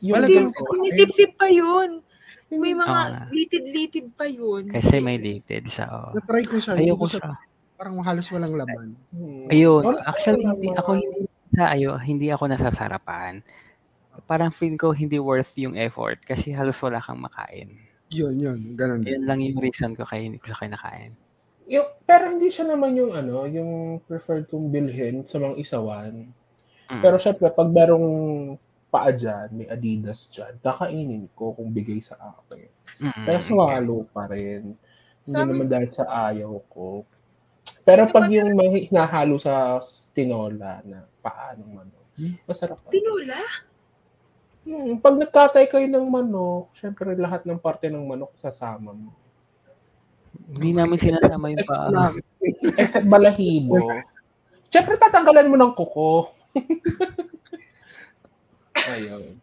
S1: Yung
S2: Wala
S5: Hindi,
S2: Talagang-
S5: sinisip-sip pa yun. May
S3: Ah.
S5: mga litid-litid pa yun.
S3: Kasi may dated siya. Oh.
S2: Na-try ko siya. Hindi
S3: Ayoko
S2: ko
S3: siya.
S2: Parang halos walang laban.
S1: Hmm.
S3: Ayun,
S1: Wala
S3: actually
S1: naman.
S3: hindi ako hindi sa ayo, hindi ako nasasarapan. Parang feel ko hindi worth yung effort kasi halos wala kang makain.
S2: Yun, yun. Ganun din.
S3: Yan lang yung reason ko kaya hindi ko siya kinakain.
S1: Yung, pero hindi siya naman yung ano, yung preferred kong bilhin sa mga isawan.
S3: Mm.
S1: Pero syempre, pag merong paa dyan, may Adidas dyan, kakainin ko kung bigay sa akin.
S3: Mm.
S1: Pero swallow pa rin. Hindi
S5: Sa amin-
S1: naman dahil sa ayaw ko. Pero
S5: Hindi
S1: pag
S5: naman
S1: yung may hinahalo sa tinola na paano manok,
S3: Hmm?
S1: masarap pa.
S5: Tinola?
S1: Hmm, pag nagkatay kayo ng manok, syempre lahat ng parte ng manok sasama mo.
S3: Hindi namin sinasama yung paa.
S2: Nakakit.
S1: Except balahibo. Syempre tatanggalan mo ng kuko. Ayun.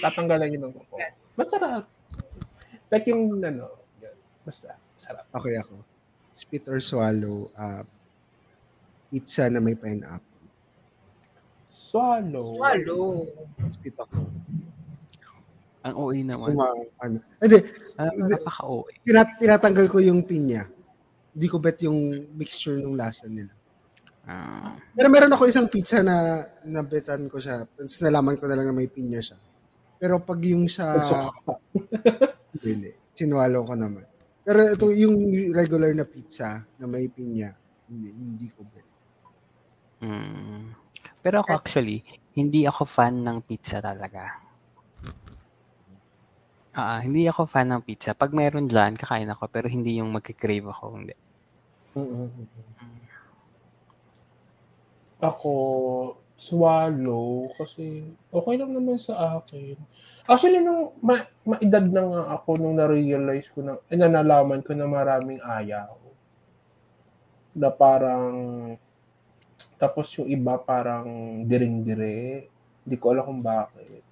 S1: Tatanggalan yun ng kuko. Masarap. Like yung ano, yun. basta, sarap.
S2: Okay ako. Spit or swallow, ah, pizza na may pineapple.
S1: Swallow.
S5: Swallow.
S2: Spit ako.
S3: Ang OA naman.
S2: Uma, ano. Hindi,
S3: Ah, napaka-OA.
S2: tinat- tinatanggal ko yung pinya. Hindi ko bet yung mixture ng lasa nila.
S3: Ah.
S2: Pero meron ako isang pizza na nabetan ko siya. Tapos nalaman ko na lang na may pinya siya. Pero pag yung sa...
S1: Suka.
S2: Hindi. Sinwalo ko naman. Pero ito yung regular na pizza na may pinya. Hindi, hindi ko bet.
S3: Mm. Pero ako actually, hindi ako fan ng pizza talaga. Ah, hindi ako fan ng pizza. Pag meron dyan, kakain ako. Pero hindi yung magkikrave ako. Hindi.
S1: Mm-mm. Ako, swallow kasi okay lang naman sa akin. Actually, nung ma- maedad na nga ako nung na-realize ko na, eh, na nalaman ko na maraming ayaw. Na parang, tapos yung iba parang diring-dire. Hindi ko alam kung bakit.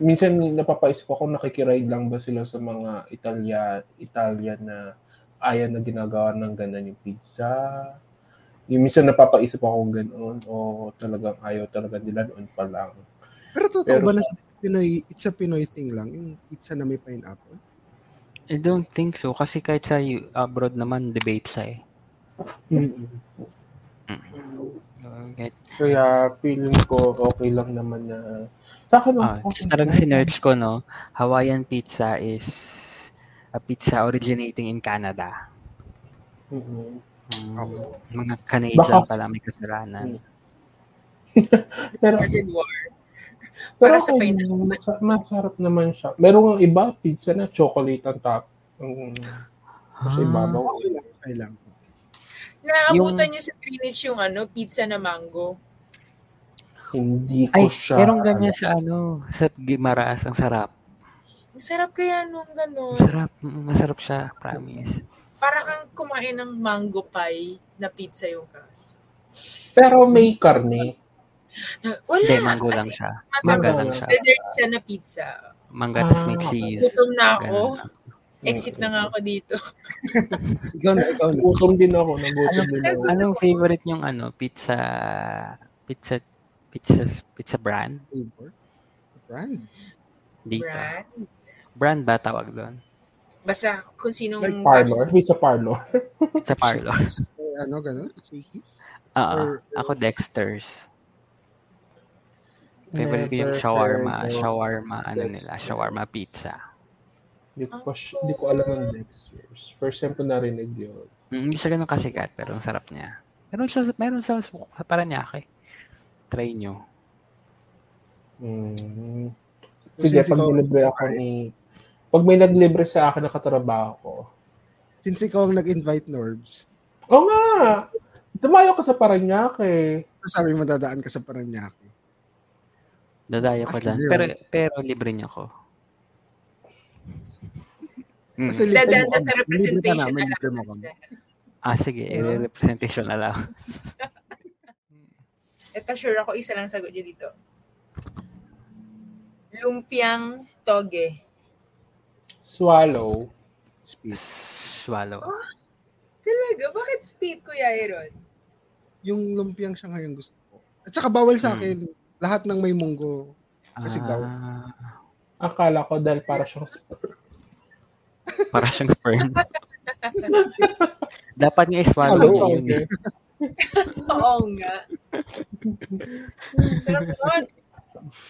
S1: Minsan napapaisip ako kung nakikiride lang ba sila sa mga Italia, Italian na ayan na ginagawa ng ganun yung pizza. Yung minsan napapaisip ako ganoon o talagang ayaw talaga nila noon pa lang.
S2: Pero totoo
S1: Pero-
S2: ba na sa Pinoy, it's a Pinoy thing lang, yung pizza na may pineapple?
S3: I don't think so. Kasi kahit sa U- abroad naman, debate siya eh.
S1: Mm-hmm.
S3: Uh, Kahit,
S1: Kaya feeling ko okay lang naman na sa akin
S3: ah, talagang sinerch ko, no? Hawaiian pizza is a pizza originating in Canada.
S1: Mm-mm.
S3: Mm,
S2: Okay.
S3: Mga Canadian
S1: Baka-
S3: pala may kasalanan.
S1: Pero,
S5: Garden war.
S1: pero
S5: Para
S1: sa
S5: sa
S1: okay,
S5: pineapple.
S1: mas- masarap naman siya. Merong ang iba, pizza na chocolate ang top. Ang
S3: Ah.
S1: sa ibabaw.
S2: Okay lang, okay lang.
S5: Naabutan niyo sa Greenwich yung ano, pizza na mango.
S1: Hindi ko
S3: Ay,
S1: siya.
S3: merong ganyan sa ano, sa Gimaraas, ang sarap.
S5: Ang sarap kaya nung
S3: Ang
S5: gano'n.
S3: sarap, Mm, masarap siya, promise.
S5: Parang ang kumain ng mango pie na pizza yung kas.
S1: Pero may karne.
S5: Wala.
S3: Hindi, mango
S5: As
S3: lang
S5: in,
S3: siya.
S5: matapang-
S3: Mangga
S1: Mango
S3: lang
S1: lang.
S3: siya.
S5: Dessert siya na pizza.
S3: Mangga, tas may
S1: Ah,
S3: cheese.
S5: Gutom na ako.
S3: Ganun.
S5: Exit na nga ako dito.
S2: Ikaw na, ikaw na.
S1: Gutom din ako. Nagutom din ako.
S3: Anong favorite yung ano, pizza, pizza, pizza, pizza brand
S2: Flavor? Brand?
S3: dito? Brand,
S5: Brad.
S3: ba tawag doon?
S5: Basta kung sinong...
S2: Like
S1: Parlor. May sa parlor.
S3: Sa parlor.
S2: Or ano, ganun? Shakey's?
S3: Oo,
S2: Or-
S3: ako Dexter's. Favorite ko yung
S1: Never
S3: shawarma,
S1: heard of-
S3: shawarma, ano nila,
S1: Dexter's.
S3: shawarma pizza.
S1: Hindi ko, pa sure- hindi ko alam ng Dexter's. First time ko narinig yun.
S3: Mm, hindi siya ganun kasikat, pero ang sarap niya. Meron siya, meron siya sa sa Paranaque. Try nyo.
S1: Mm.
S2: Kasi
S1: Sige,
S2: si
S1: pag
S2: Tom-
S1: nilibre ako ni... Pag may naglibre sa akin na katrabaho ko,
S2: Since ikaw ang nag-invite, Norbs,
S1: Oo nga. Dumayo ka sa Paranaque.
S2: sabi mo dadaan ka sa Paranaque.
S3: Dadaya ko
S2: Ah,
S3: lang.
S2: sige,
S3: Pero,
S2: oh.
S3: pero libre niyo ko. Mm.
S2: Kasi libre
S5: Dadaan
S2: mo
S5: na
S2: kami.
S5: sa
S2: Libre ka
S5: representation
S2: namin, libre mo
S5: allowance.
S2: kami.
S3: Ah, sige.
S2: Diba?
S3: representation allowance.
S5: Ito sure ako, isa lang sagot niyo dito. Lumpiang toge.
S1: Swallow.
S2: Speed.
S3: Swallow.
S5: Talaga? Bakit speed, Kuya Aaron?
S2: Yung lumpiang siya ngayon gusto ko. At saka bawal sa akin, lahat ng may munggo. Kasi gawin.
S3: Ah,
S1: Akala ko dahil para siyang sperm.
S3: para siyang sperm. Dapat nga i-swallow
S2: Hello,
S3: niya yun.
S1: okay.
S3: eh.
S5: Oo nga. Sarap nun.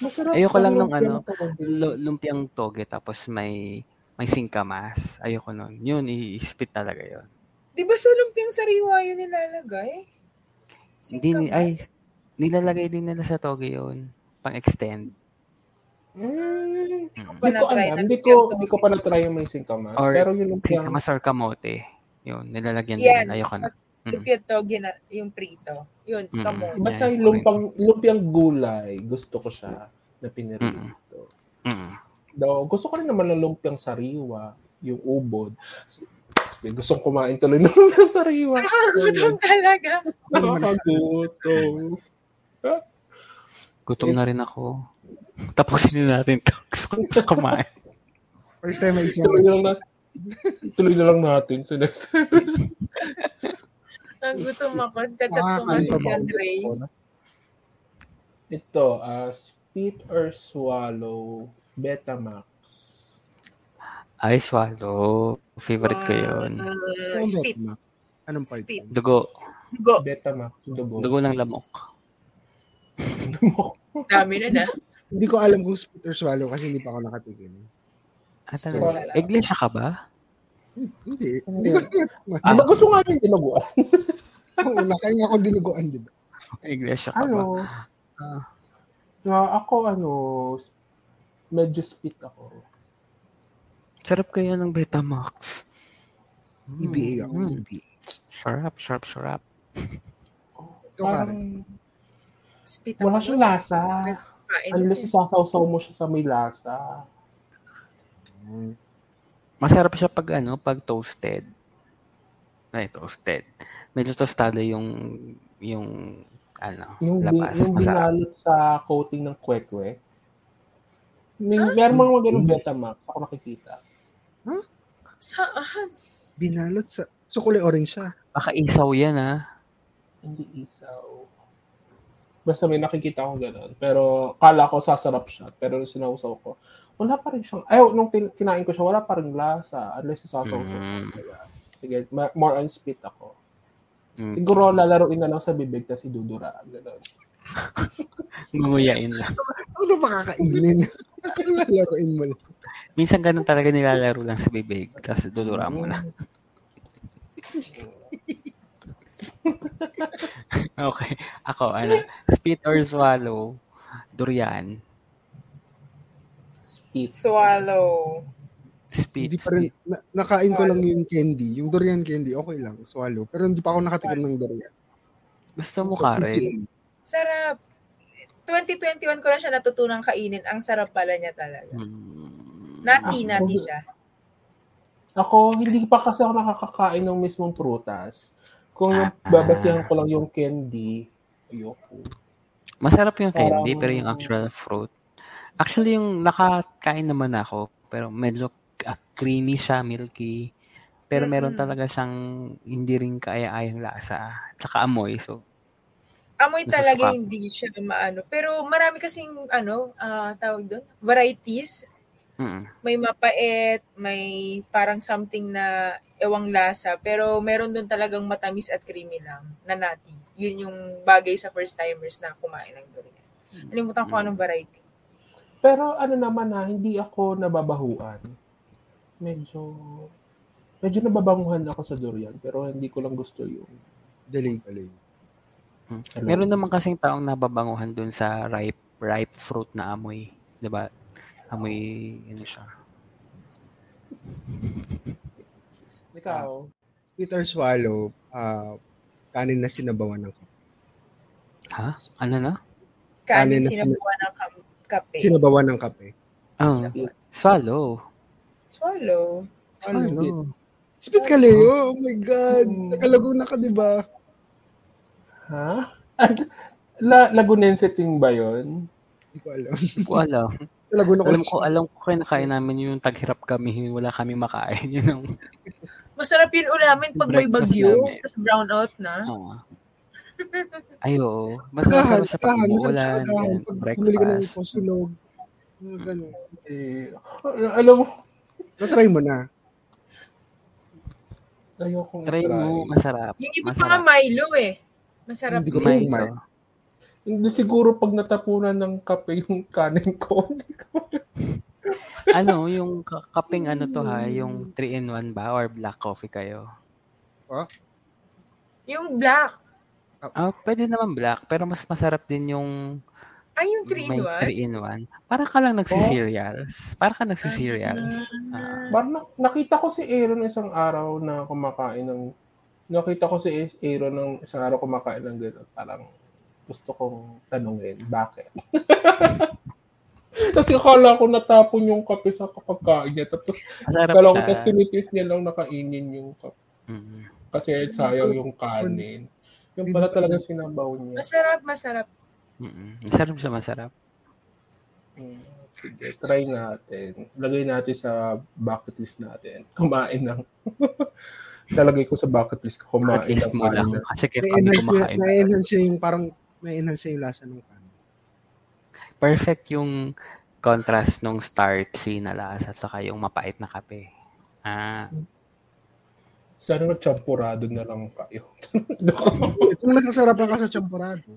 S1: Masarap
S3: Ayoko
S1: ang
S3: lang nung
S1: lumpia
S3: ano,
S1: ng toge.
S3: Lu- lumpiang toge tapos may may singkamas. Ayoko nun. Yun, i-spit talaga yun.
S5: Di ba sa lumpiang sariwa yun nilalagay?
S3: Hindi, ni-
S5: Singkamas.
S3: ay, nilalagay din nila sa toge yun. Pang-extend.
S1: Mm.
S3: Mm.
S1: Hindi ko
S5: na-try
S1: alam.
S5: na
S1: Hindi ko,
S5: lumpiang
S1: hindi ko
S5: toge.
S1: pa na-try yung may singkamas.
S3: Or
S1: Pero yung lumpiang,
S3: Singkamas or kamote. Yun, nilalagyan
S5: Yan.
S3: din. Ayoko na. Mm.
S5: Lumpiang toge na yung prito. Yun,
S3: Mm.
S5: kamote.
S1: basta
S3: Yeah,
S1: yung
S3: okay.
S1: lumpang, lumpiang gulay, gusto ko siya na
S3: Mm.
S1: pinirito.
S3: Mm.
S1: Daw, gusto ko rin naman ng lumpiang sariwa, yung ubod. Gusto kong kumain tuloy ng lumpiang sariwa.
S5: Nakakagutom talaga.
S1: Nakakagutom.
S3: Gutom na rin ako. Tapusin na natin to. Gusto ko na kumain.
S2: First time may isang
S1: Tuloy na lang natin. Tuloy na lang natin sa next episode.
S5: Nagutom ako. Kachat ko nga
S2: makakalit
S5: si
S2: Ah, pa ba
S5: Andre.
S2: ulit ako?
S1: Ito, ah, spit or swallow, Betamax.
S3: Ay, swallow. Favorite ko yun.
S5: Uh,
S2: Ano ba
S5: spit.
S2: ito, Max? Anong part?
S5: Speed.
S2: yun?
S3: Dugo.
S5: Dugo.
S1: Betamax, dugo.
S3: Dugo ng lamok.
S5: Dami na na.
S2: Hindi ko alam kung spit or swallow kasi hindi pa ako nakatigil.
S3: Ah, talaga. Iglesia ka ba?
S2: Hmm, Hindi. Hindi ko alam.
S1: Ah, ba gusto nga yung dinuguan?
S2: Oo, nakain ako dinuguan, di ba?
S3: Iglesia ka ba?
S1: Ano?
S3: Ah.
S1: Ah, ako, ano, s- medyo spit ako.
S3: Sarap kaya ng Betamax. Mm,
S2: EBA ako.
S3: mm.
S2: EBA.
S3: Sarap, sarap, sarap.
S2: Ikaw, Karen.
S1: Parang
S5: Spit
S1: wala
S5: ako.
S1: siyang lasa.
S5: Kain.
S1: Unless isasawsaw Ano mo siya sa may lasa.
S2: Mm.
S3: Masarap siya pag ano, pag toasted. Ay, toasted. Medyo tostado yung yung ano,
S1: Yung, bi-
S3: labas.
S1: yung
S3: Masarap.
S1: binalot sa coating ng kwekwe. May, meron mga mga ganun Betamax. Ako nakikita.
S5: Saan?
S2: Binalot sa... So, kulay orange siya.
S3: Baka isaw yan ah.
S1: Hindi isaw. Basta may nakikita ko ganun. Pero kala ko sasarap siya. Pero nung sinausaw ko, wala pa rin siyang... Ay, nung tin- kinain ko siya, wala pa rin lasa. Unless isasaw siya.
S3: Mm.
S1: Kaya, Sige, ma- more on spit ako.
S3: Mm.
S1: Siguro lalaroin na lang sa bibig tapos idudura. Ganun.
S3: Ngunguyain lang.
S2: Ano ba kakainin? Ano lalaroin mo lang?
S3: Minsan ganun talaga nilalaro lang sa bibig. Tapos dudura mo na. Okay. Ako, ano, spit or swallow, durian.
S1: Spit.
S5: Swallow.
S3: Spit,
S2: Hindi pa rin...
S3: spit.
S2: na- nakain ko lang yung candy. Yung durian candy, okay lang. Swallow. Pero hindi pa ako nakatikim ng durian.
S3: Gusto mo, Karen?
S2: EBA.
S5: Sarap. 2021 ko lang siya natutunang kainin. Ang sarap pala niya talaga.
S3: Mm.
S5: Nati, nati siya.
S1: Ako, hindi pa kasi ako nakakakain ng mismong prutas. Kung yung
S3: Ah.
S1: babasihan ko lang yung candy, ayoko.
S3: Masarap yung candy,
S1: Parang-
S3: pero yung actual fruit. Actually, yung nakakain naman ako, pero medyo ah, creamy siya, milky. Pero meron
S5: Mm-mm.
S3: talaga siyang hindi rin kaya-ayang lasa. Tsaka amoy. So,
S5: Amoy
S3: Nasusuka.
S5: talaga hindi siya maano. Pero marami kasing, ano, ah, tawag doon, varieties.
S3: mm.
S5: May mapait, may parang something na ewang lasa. Pero meron doon talagang matamis at creamy lang na nati. Yun yung bagay sa first-timers na kumain ng durian.
S3: Hmm.
S2: Hmm.
S5: Nalimutan ko anong variety.
S1: Pero ano naman na, hindi ako nababahuan. Medyo, medyo nababanguhan ako sa durian, pero hindi ko lang gusto yung
S2: Delay ko lang.
S3: Mm.
S1: Alam
S3: Meron
S1: mo.
S3: naman kasing taong nababanguhan dun sa ripe ripe fruit na amoy, 'di ba? Amoy ano siya.
S6: Ikaw.
S2: Sweet or swallow, ah, kanin na sinabawan ng kape.
S3: Ha? Ano na?
S5: Kanin
S2: Kanin na
S5: sinabuan ng kam- kape.
S2: Sinabawan ng kape.
S1: Ah.
S3: Oh, swallow.
S5: Swallow.
S3: Swallow.
S2: Spit ka, Leo. Oh my God. Nakalaguna ka, di ba?
S1: Ha? At, la, Lagunense thing ba yun?
S2: Hindi ko alam.
S3: Hindi ko alam.
S2: Sa Laguna
S3: Alam ko, alam ko kinakain namin yung taghirap kami, wala kami makain. Yun ang,
S5: Masarap yun ulamin pag may
S3: Breakfast
S5: bagyo.
S3: namin.
S5: Tapos brown out na.
S3: Oo. ano. ay, oo. Mas
S2: Agahan,
S3: masarap siya pag
S2: agahan, masarap
S3: umuulan,
S2: siya agahan.
S3: ganun,
S2: Pag bumili ka ng
S3: breakfast. Hmm.
S2: posilog, mga ganun.
S1: Eh, alam mo,
S2: Na-try mo na.
S1: ayokong
S3: Try mo, masarap.
S5: Yung iba pa nga
S3: Masarap.
S5: Milo eh. Masarap
S2: Hindi ko
S5: yun.
S2: pa
S3: Kumain
S2: kumain.
S3: ko.
S1: Hindi siguro pag natapunan ng kape yung kanin ko. hindi ko-
S3: ano, yung ka- kaping ano to ha, yung 3-in-1 ba or black coffee kayo?
S5: Yung black.
S3: Ah, pwede naman black, pero mas masarap din yung
S5: Ay, yung
S3: may
S5: 3-in-1?
S3: 3-in-1. Para ka lang nagsisereals. Para ka nagsisereals. Ah.
S1: Bar- na- nakita ko si Aaron isang araw na kumakain ng nakita ko si Aaron ng isang araw kumakain ng gano'n. Parang gusto kong tanungin, bakit? Kasi akala ko natapon yung kape sa kapagkain niya. Tapos
S3: Masarap
S1: akala ko
S3: siya.
S1: tapos tinitis niya lang nakainin yung kape.
S3: Mm.
S1: Kasi sayang yung kanin. Yung pala talaga sinabaw niya.
S5: Masarap, masarap.
S3: Mm-mm. Masarap siya, masarap.
S1: Mm, Sige, try natin. Lagay natin sa bucket list natin. Kumain ng... Lalagay ko sa bucket list ko. Kumain
S3: At least
S1: ng
S3: mo lang.
S1: kanin.
S3: Kasi kaya kami
S2: Na-enhance niya,
S3: kumakain.
S2: na-enhance niya yung parang, na-enhance niya yung lasa ng kanin.
S3: Perfect yung contrast nung starchy na lasa at saka yung mapait na kape. Ah,
S1: Sana nga champurado na lang kayo.
S2: Kung nasasarapan ka sa champurado,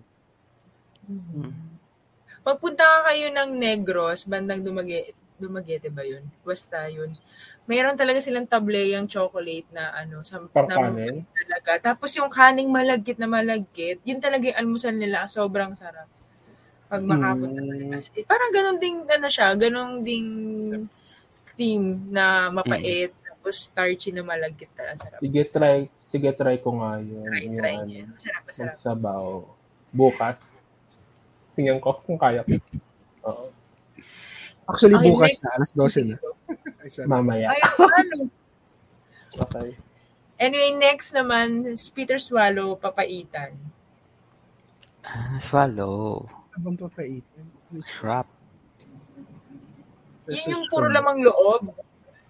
S5: Pagpunta ka kayo ng Negros, bandang Dumaguete, Dumaguete ba yun? Basta yun. Mayroon talaga silang tableyang chocolate na ano, sa,
S1: Pang
S5: na
S1: kanin.
S5: talaga. Tapos yung kaning malagkit na malagkit, yun talaga yung almusal nila. Sobrang sarap. Pag makapunta
S1: Mm.
S5: talaga. As in, Parang ganun ding, ano siya, ganun ding team na mapait. Tapos starchy na malagkit talaga. Sarap.
S1: Sige, try. Sige, try ko nga yun.
S5: Try,
S1: Yung
S5: try
S1: ano,
S5: niya. Masarap, masarap.
S1: Sabaw. Bukas. Tingnan ko kung kaya ko. Oo.
S2: actually
S5: Okay,
S2: bukas
S5: next.
S2: na, alas 12 na. Ay, sana.
S1: Mamaya.
S5: Ay, ano?
S1: Okay.
S5: Anyway, next naman, Peter Swallow, papaitan.
S3: ah, swallow.
S2: Habang papaitin.
S3: Crap.
S5: Yun yung puro lamang loob.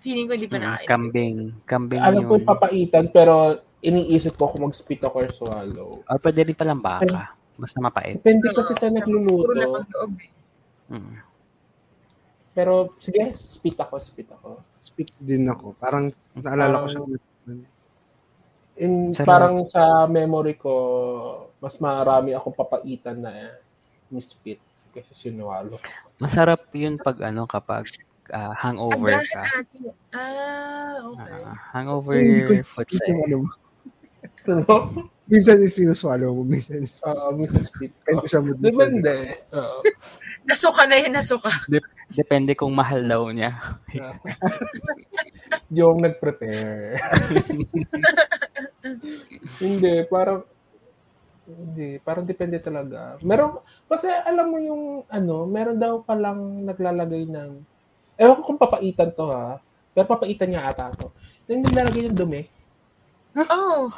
S5: Feeling ko hindi pa
S3: Mm,
S5: nakain.
S3: kambing. Kambing
S1: Alam ko
S3: yun.
S1: papaitan pero iniisip ko kung mag-spit ako or swallow.
S3: Or pwede rin palang baka. Basta mapait.
S1: Depende kasi sa
S5: Puro
S1: nagluluto.
S5: lamang loob. eh.
S3: Mm.
S1: Pero sige, spit ako, spit ako.
S2: Speak din ako. Parang naalala ko siya.
S5: Oh,
S1: In,
S3: Sarap.
S1: parang sa memory ko, mas marami akong papaitan na eh, spit kasi sinuwalo.
S3: Masarap yun pag ano, kapag ah, hangover
S5: Agahan
S3: ka.
S5: natin. Ah, okay.
S3: Ah,
S2: So,
S3: hangover
S2: hindi ko
S3: food
S2: speak yung ano mo.
S1: Ano?
S2: Minsan is sinuswallow mo, minsan is
S1: Oo, minsan Ah, spit ko.
S2: kahit isa mo din.
S1: Depende. Oo.
S5: Nasuka na yun, nasuka.
S3: Depende kung mahal daw niya. Ah.
S1: yung nag-prepare. hindi, parang hindi, parang depende talaga. Meron, kasi alam mo yung ano, meron daw palang naglalagay ng, ewan ko kung papaitan to ha, pero papaitan niya ata to. Yung naglalagay ng dumi.
S5: Oh.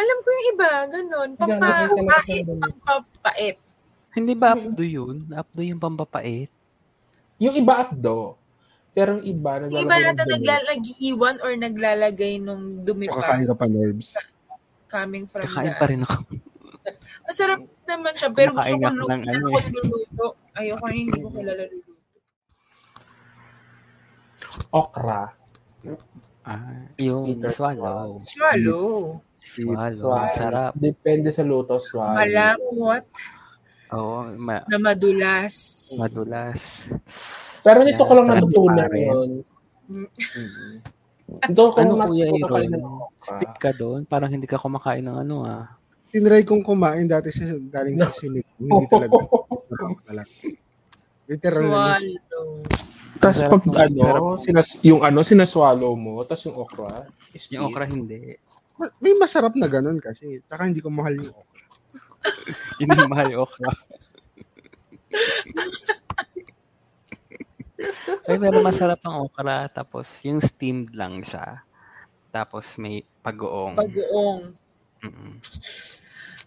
S5: Alam ko yung iba, ganun.
S1: Naglalagay
S5: Pampa,
S1: talaga siya
S5: pait,
S1: ng dumi.
S5: pampapait.
S3: Hindi ba
S1: Mm-hmm.
S3: updo yun? Updo yung pampapait?
S1: Yung iba abdo, pero Ano yung iba
S5: Kasi iba
S1: naglalagay ng
S5: nata
S1: dumi.
S5: naglalagay iwan or naglalagay nung dumi
S2: So,
S5: pa
S2: kakain ka pa nerves.
S5: coming from
S3: Kakain
S5: the-
S3: pa rin ako.
S5: Masarap naman siya, pero
S3: Kumakain
S5: gusto ko
S3: ako
S5: nung
S3: ng ano
S5: ano
S3: eh.
S5: ko niluluto. Ayoko na hindi ko kilala luluto.
S1: Okra.
S3: Ah, yung
S1: Peter
S3: swallow.
S5: Swallow.
S2: Sweet.
S3: Swallow. Sarap.
S1: Depende sa luto, swallow.
S5: Malamot
S3: Oo, ma-
S5: na madulas.
S3: madulas.
S1: Pero nito ko lang
S3: Yeah,
S1: natutunan
S3: transparent.
S1: yun.
S5: Mm.
S1: Mm. Ito ko
S3: Ano
S1: lang
S3: kuya
S1: natutunan kayo
S3: Aaron?
S1: ng okra.
S3: Speak ka doon. Parang hindi ka kumakain ng ano ah.
S2: Tinry kong kumain dati sa galing sa sinig. Hindi talaga. Sarap talaga. Literal na
S5: Swallow.
S1: Tapos
S3: Masarap
S1: pag
S3: nung- masarap
S1: ano,
S3: nung-
S1: sinas, yung ano, sinaswallow mo, tapos yung okra. is
S3: Yung okra hindi.
S2: Ma- May masarap na ganun kasi. Tsaka hindi ko mahal yung okra.
S3: Hindi mahal yung okra. Ay, pero masarap ang okra. Tapos, yung steamed lang siya. Tapos, may pag-oong.
S5: Pag-uong.
S3: Mm-mm.
S1: Mm.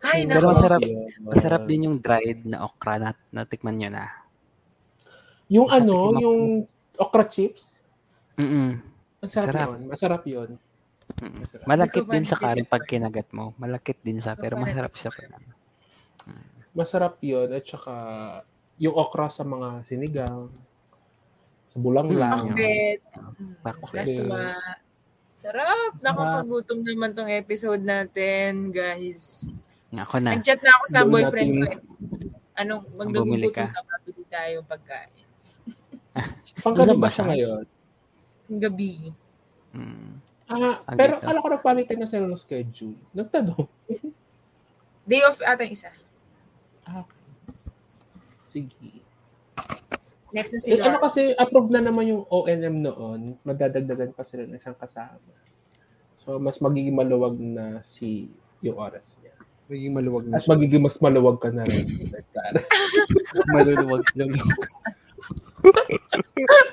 S5: Ay,
S3: Pero
S5: nako.
S3: masarap.
S1: Yun.
S3: Masarap din yung dried na okra. Nat natikman nyo na.
S1: Yung ano,
S3: Nakatikim ako.
S1: yung okra chips.
S3: Mm-mm.
S1: Masarap,
S3: Sarap.
S1: yun. Masarap yun.
S3: Mm.
S1: Masarap.
S3: Malakit
S5: Ikaw ba,
S3: din siya
S5: hindi
S3: Karen
S5: ka-
S3: pag kinagat mo. Malakit din siya,
S5: Ikaw
S3: pero
S5: ba,
S3: masarap
S5: hindi
S3: siya.
S5: ka-
S3: pa rin.
S1: Masarap yun. At saka, yung okra sa mga sinigang. Sa bulanglang.
S3: Mm.
S5: Bakbet.
S3: Bakbet.
S5: Laswa. Sarap. Mm, Nakakagutom naman tong episode natin, guys.
S3: Mm, Ako na.
S5: Nag-chat na ako sa
S1: Gawin
S5: boyfriend ko.
S1: natin-
S5: eh. Anong
S3: Bumili ka.
S5: maglugugutom ka, babili tayo ng pagkain.
S1: Panggabi
S3: Ilan
S1: ba
S3: ba
S1: siya
S3: siya?
S1: ngayon?
S5: Ang gabi.
S3: Mm.
S1: Ah,
S3: Ang
S1: pero
S3: ganda.
S1: kala ko nagpamitan na sila ng schedule. Nagtanong.
S5: Day off ata yung isa.
S1: Ah, okay. sige.
S5: Next na si
S1: Eh, ano
S5: Laura.
S1: kasi, approve na naman yung ONM noon. Magdadagdagan pa sila ng isang kasama. So, mas magiging maluwag na si yung oras niya.
S2: Magiging maluwag na
S1: At
S2: siya.
S1: magiging mas maluwag ka na rin.
S3: Maluluwag lang.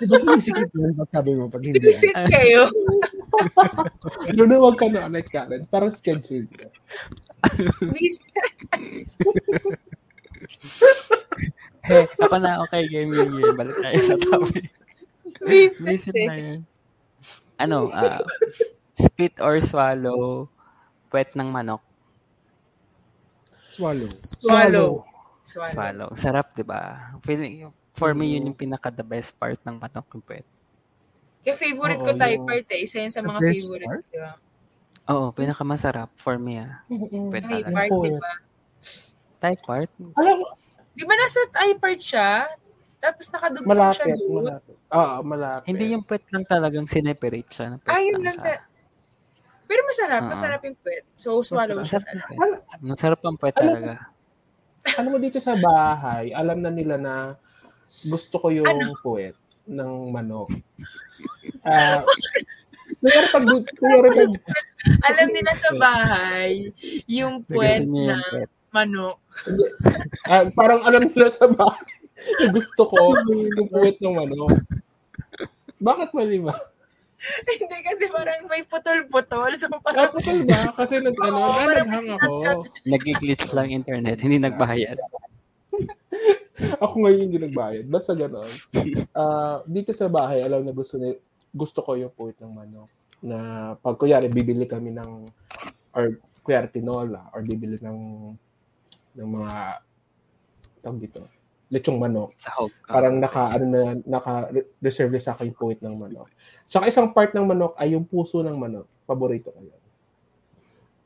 S2: Di ba sumisikip mo pag sabi mo pag hindi?
S5: Visit kayo.
S1: Maluwag ka na ulit, Karen. Parang schedule ka.
S5: Visit.
S3: Eh, ako na. Okay, game, game, game. Balik tayo sa topic. Visit
S5: Visit.
S3: na yun. Ano, ah, spit or swallow, puwet ng manok,
S2: Swallow.
S5: Swallow. Swallow.
S3: swallow. Sarap, di ba? Feeling, for me, yun yung pinaka-the best part ng manok, yung puwet.
S5: Kaya favorite
S1: Oo,
S5: ko Thai
S1: yung-
S5: part eh. Isa yun sa mga
S2: Best
S5: favorite.
S2: part?
S5: Diba?
S3: Oo, pinaka-masarap for me, ah. Puwet
S5: Thai
S3: talaga.
S5: part,
S1: Yung
S5: di ba?
S3: Thai part?
S1: Alam mo,
S5: Di ba nasa Thai part siya? Tapos nakadugtong siya
S1: malapit,
S5: doon.
S1: malapit. Oo, malapit.
S3: Hindi yung puwet lang talagang sineperate siya. na puwet
S5: Ah, yun lang.
S3: siya.
S5: ta- Pero masarap.
S3: Ah.
S5: Masarap yung puwet. So, swallow
S3: Masarap
S5: siya talaga.
S3: ang puwet. Masarap ang puwet
S1: Alam mo-
S3: talaga.
S1: Alam mo dito sa bahay, alam na nila na gusto ko yung
S5: Ano?
S1: puwet ng manok. Ah, Kunyari pag, kunyari pag,
S5: Alam nila sa bahay, yung puwet
S3: Gusto niya
S5: na
S3: yung puwet.
S5: manok.
S1: Ah, parang alam nila sa bahay. yung gusto ko, yung puwet ng manok. Bakit mali ba?
S5: Hindi kasi parang may putol-putol. So, parang
S1: Tapos ba? Kasi nag, ano,
S5: Oo,
S1: ah,
S5: parang
S1: naghang ako.
S3: Nag-glitch lang internet. Hindi nagbayad.
S1: Ako ngayon yung ginagbayad. Basta ganon. Ah, dito sa bahay, alam na gusto, ni, gusto ko yung puwet ng manok. Na pag kuyari, bibili kami ng, or kuyari tinola, or bibili ng, ng mga, tawag dito, lechong manok.
S3: Sahog.
S1: Parang naka ano na naka-reserve sa akin yung puwit ng manok. Saka isang part ng manok ay yung puso ng manok. Paborito ko yun.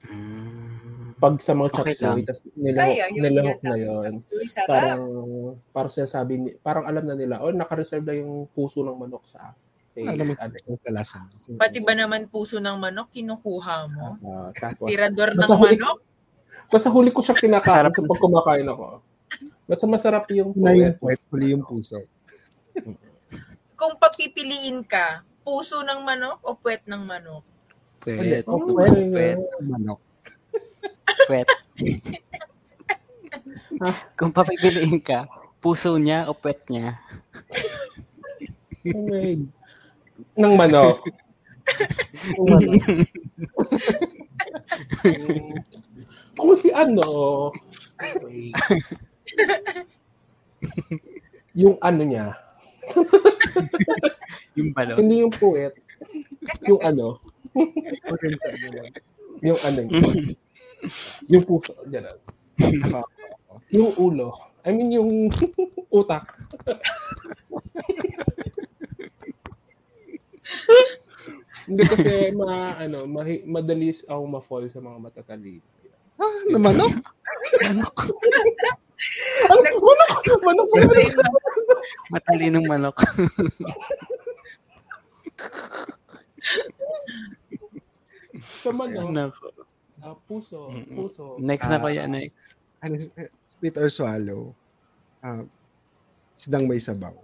S3: Mm.
S1: Pag sa mga
S3: Okay
S1: chapsuy,
S3: lang.
S1: tas nilahok, nilahok na yun. Parang
S5: Parang,
S1: parang sinasabi ni, parang alam na nila, oh, naka-reserve na yung puso ng manok sa akin. Eh,
S2: Alam mo,
S1: ano,
S2: ang kalasan.
S5: Pati ba naman puso ng manok, kinukuha mo?
S1: ah, tapos,
S5: Tirador ng
S1: Basta huli-
S5: manok?
S1: basta huli ko siya kinakain
S3: Masarap.
S1: sa pag kumakain ako. Basta masarap yung
S2: Na
S1: puwet.
S2: yung puwet, huli yung puso.
S5: Kung papipiliin ka, puso ng manok o puwet ng manok?
S2: Hindi,
S3: Puwet.
S1: Oh,
S2: puwet,
S1: my
S2: puwet,
S1: God.
S2: manok.
S3: Puwet. Kung papipiliin ka, puso niya o puwet niya?
S1: Oh my. Ng manok. Ng manok. Kung si ano, wait. yung ano niya,
S3: Yung balon.
S1: hindi yung puwet, yung ano,
S2: Okay, okay.
S1: yung ano niya. Yung puso, gano'n. Yung ulo. I mean, yung utak. Hindi kasi ma, ano, mahi- madalis ako ma-fall sa mga matatalino.
S2: Ah, na manok?
S1: Ano? Manok! Manok! Manok!
S3: Matalinong manok.
S1: Sa manok.
S3: Nako.
S1: Ah, puso.
S3: Mm-mm.
S1: Puso.
S3: Next na kaya, next.
S2: Ano, eh, spit or swallow? Ah, sidang may sabaw.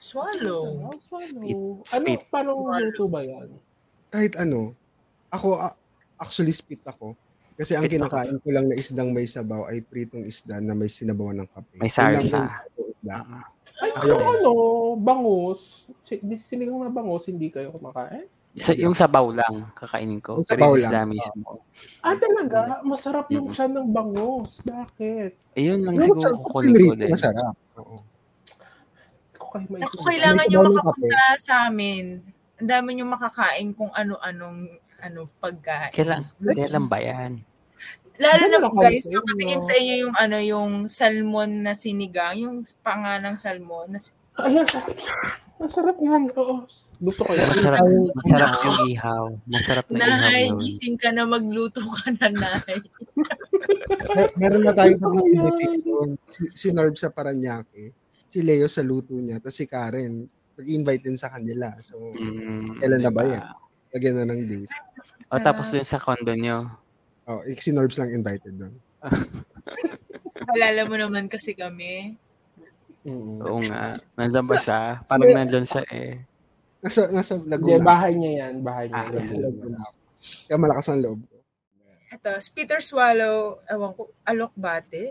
S5: Swallow.
S1: Ano? Swallow.
S3: Spit.
S1: Ano?
S3: Spit.
S1: Parang luto ba yan?
S2: Kahit ano, ako, a- actually spit ako. Kasi ang
S3: Spit ako.
S2: kinakain ko lang na isdang may sabaw ay pritong isda na may sinabawan ng kape.
S3: May
S2: Yun lang
S3: sarsa.
S2: yung pritong isda.
S3: Ah,
S1: Ay,
S5: Ako
S1: kung
S3: din.
S1: ano, bangus, si- di- sinigang na bangus, hindi kayo kumakain?
S3: Sa, yung sabaw lang, kakainin ko.
S2: Yung sabaw
S3: Pero yung
S2: lang.
S3: isda mismo.
S1: Ah, talaga? Masarap yung
S3: Mm.
S1: siya ng bangus. Bakit?
S3: Ayun Eh, lang
S2: Pero
S3: siguro
S2: masarap,
S3: kukunin ko
S2: Ano pinrito,
S3: din.
S2: Masarap. Oo.
S1: Hindi ko kayo
S5: Ako,
S1: maintindihan.
S5: kailangan
S2: May
S5: nyo
S2: sabaw ng
S5: makapunta sa amin. Ang dami nyo makakain kung ano-anong ano pagkain.
S3: Kailan, kailan ba yan?
S1: Ganun
S5: Lalo na
S1: ako sa
S5: guys,
S1: inyo.
S5: nakatingin sa inyo yung ano yung salmon na sinigang, yung panga ng salmon. Na, si-
S1: Ay, masarap. Masarap yan. Oo. Gusto ko yan.
S3: Masarap,
S2: Ay,
S3: masarap yung ihaw. Masarap na
S5: nahay,
S3: ihaw yun.
S5: gising ka na magluto ka na, nahay.
S2: Mer- meron na tayong
S1: Ano
S2: mga
S1: yan?
S2: invitation. Si, si Norb sa Paranaque, si Leo sa luto niya, tapos si Karen, nag-invite din sa kanila. So,
S3: Mm,
S2: Kailan na ba
S3: diba?
S2: yan? lagyan na ng date.
S3: O tapos yun sa condo nyo.
S2: Oh, eh, si Norbs lang invited doon.
S5: Halala mo naman kasi kami.
S1: Mm.
S3: Oo nga. Nandyan ba siya? Parang nandyan siya eh.
S2: Nasa, nasa
S1: Hindi,
S3: Diba?
S2: Laguna.
S1: bahay niya yan. Bahay niya.
S3: Ah,
S1: Laguna.
S2: Nasa Laguna ako. Kaya malakas ang loob ko.
S5: Ito, Peter Swallow, ewan ko, alok bate.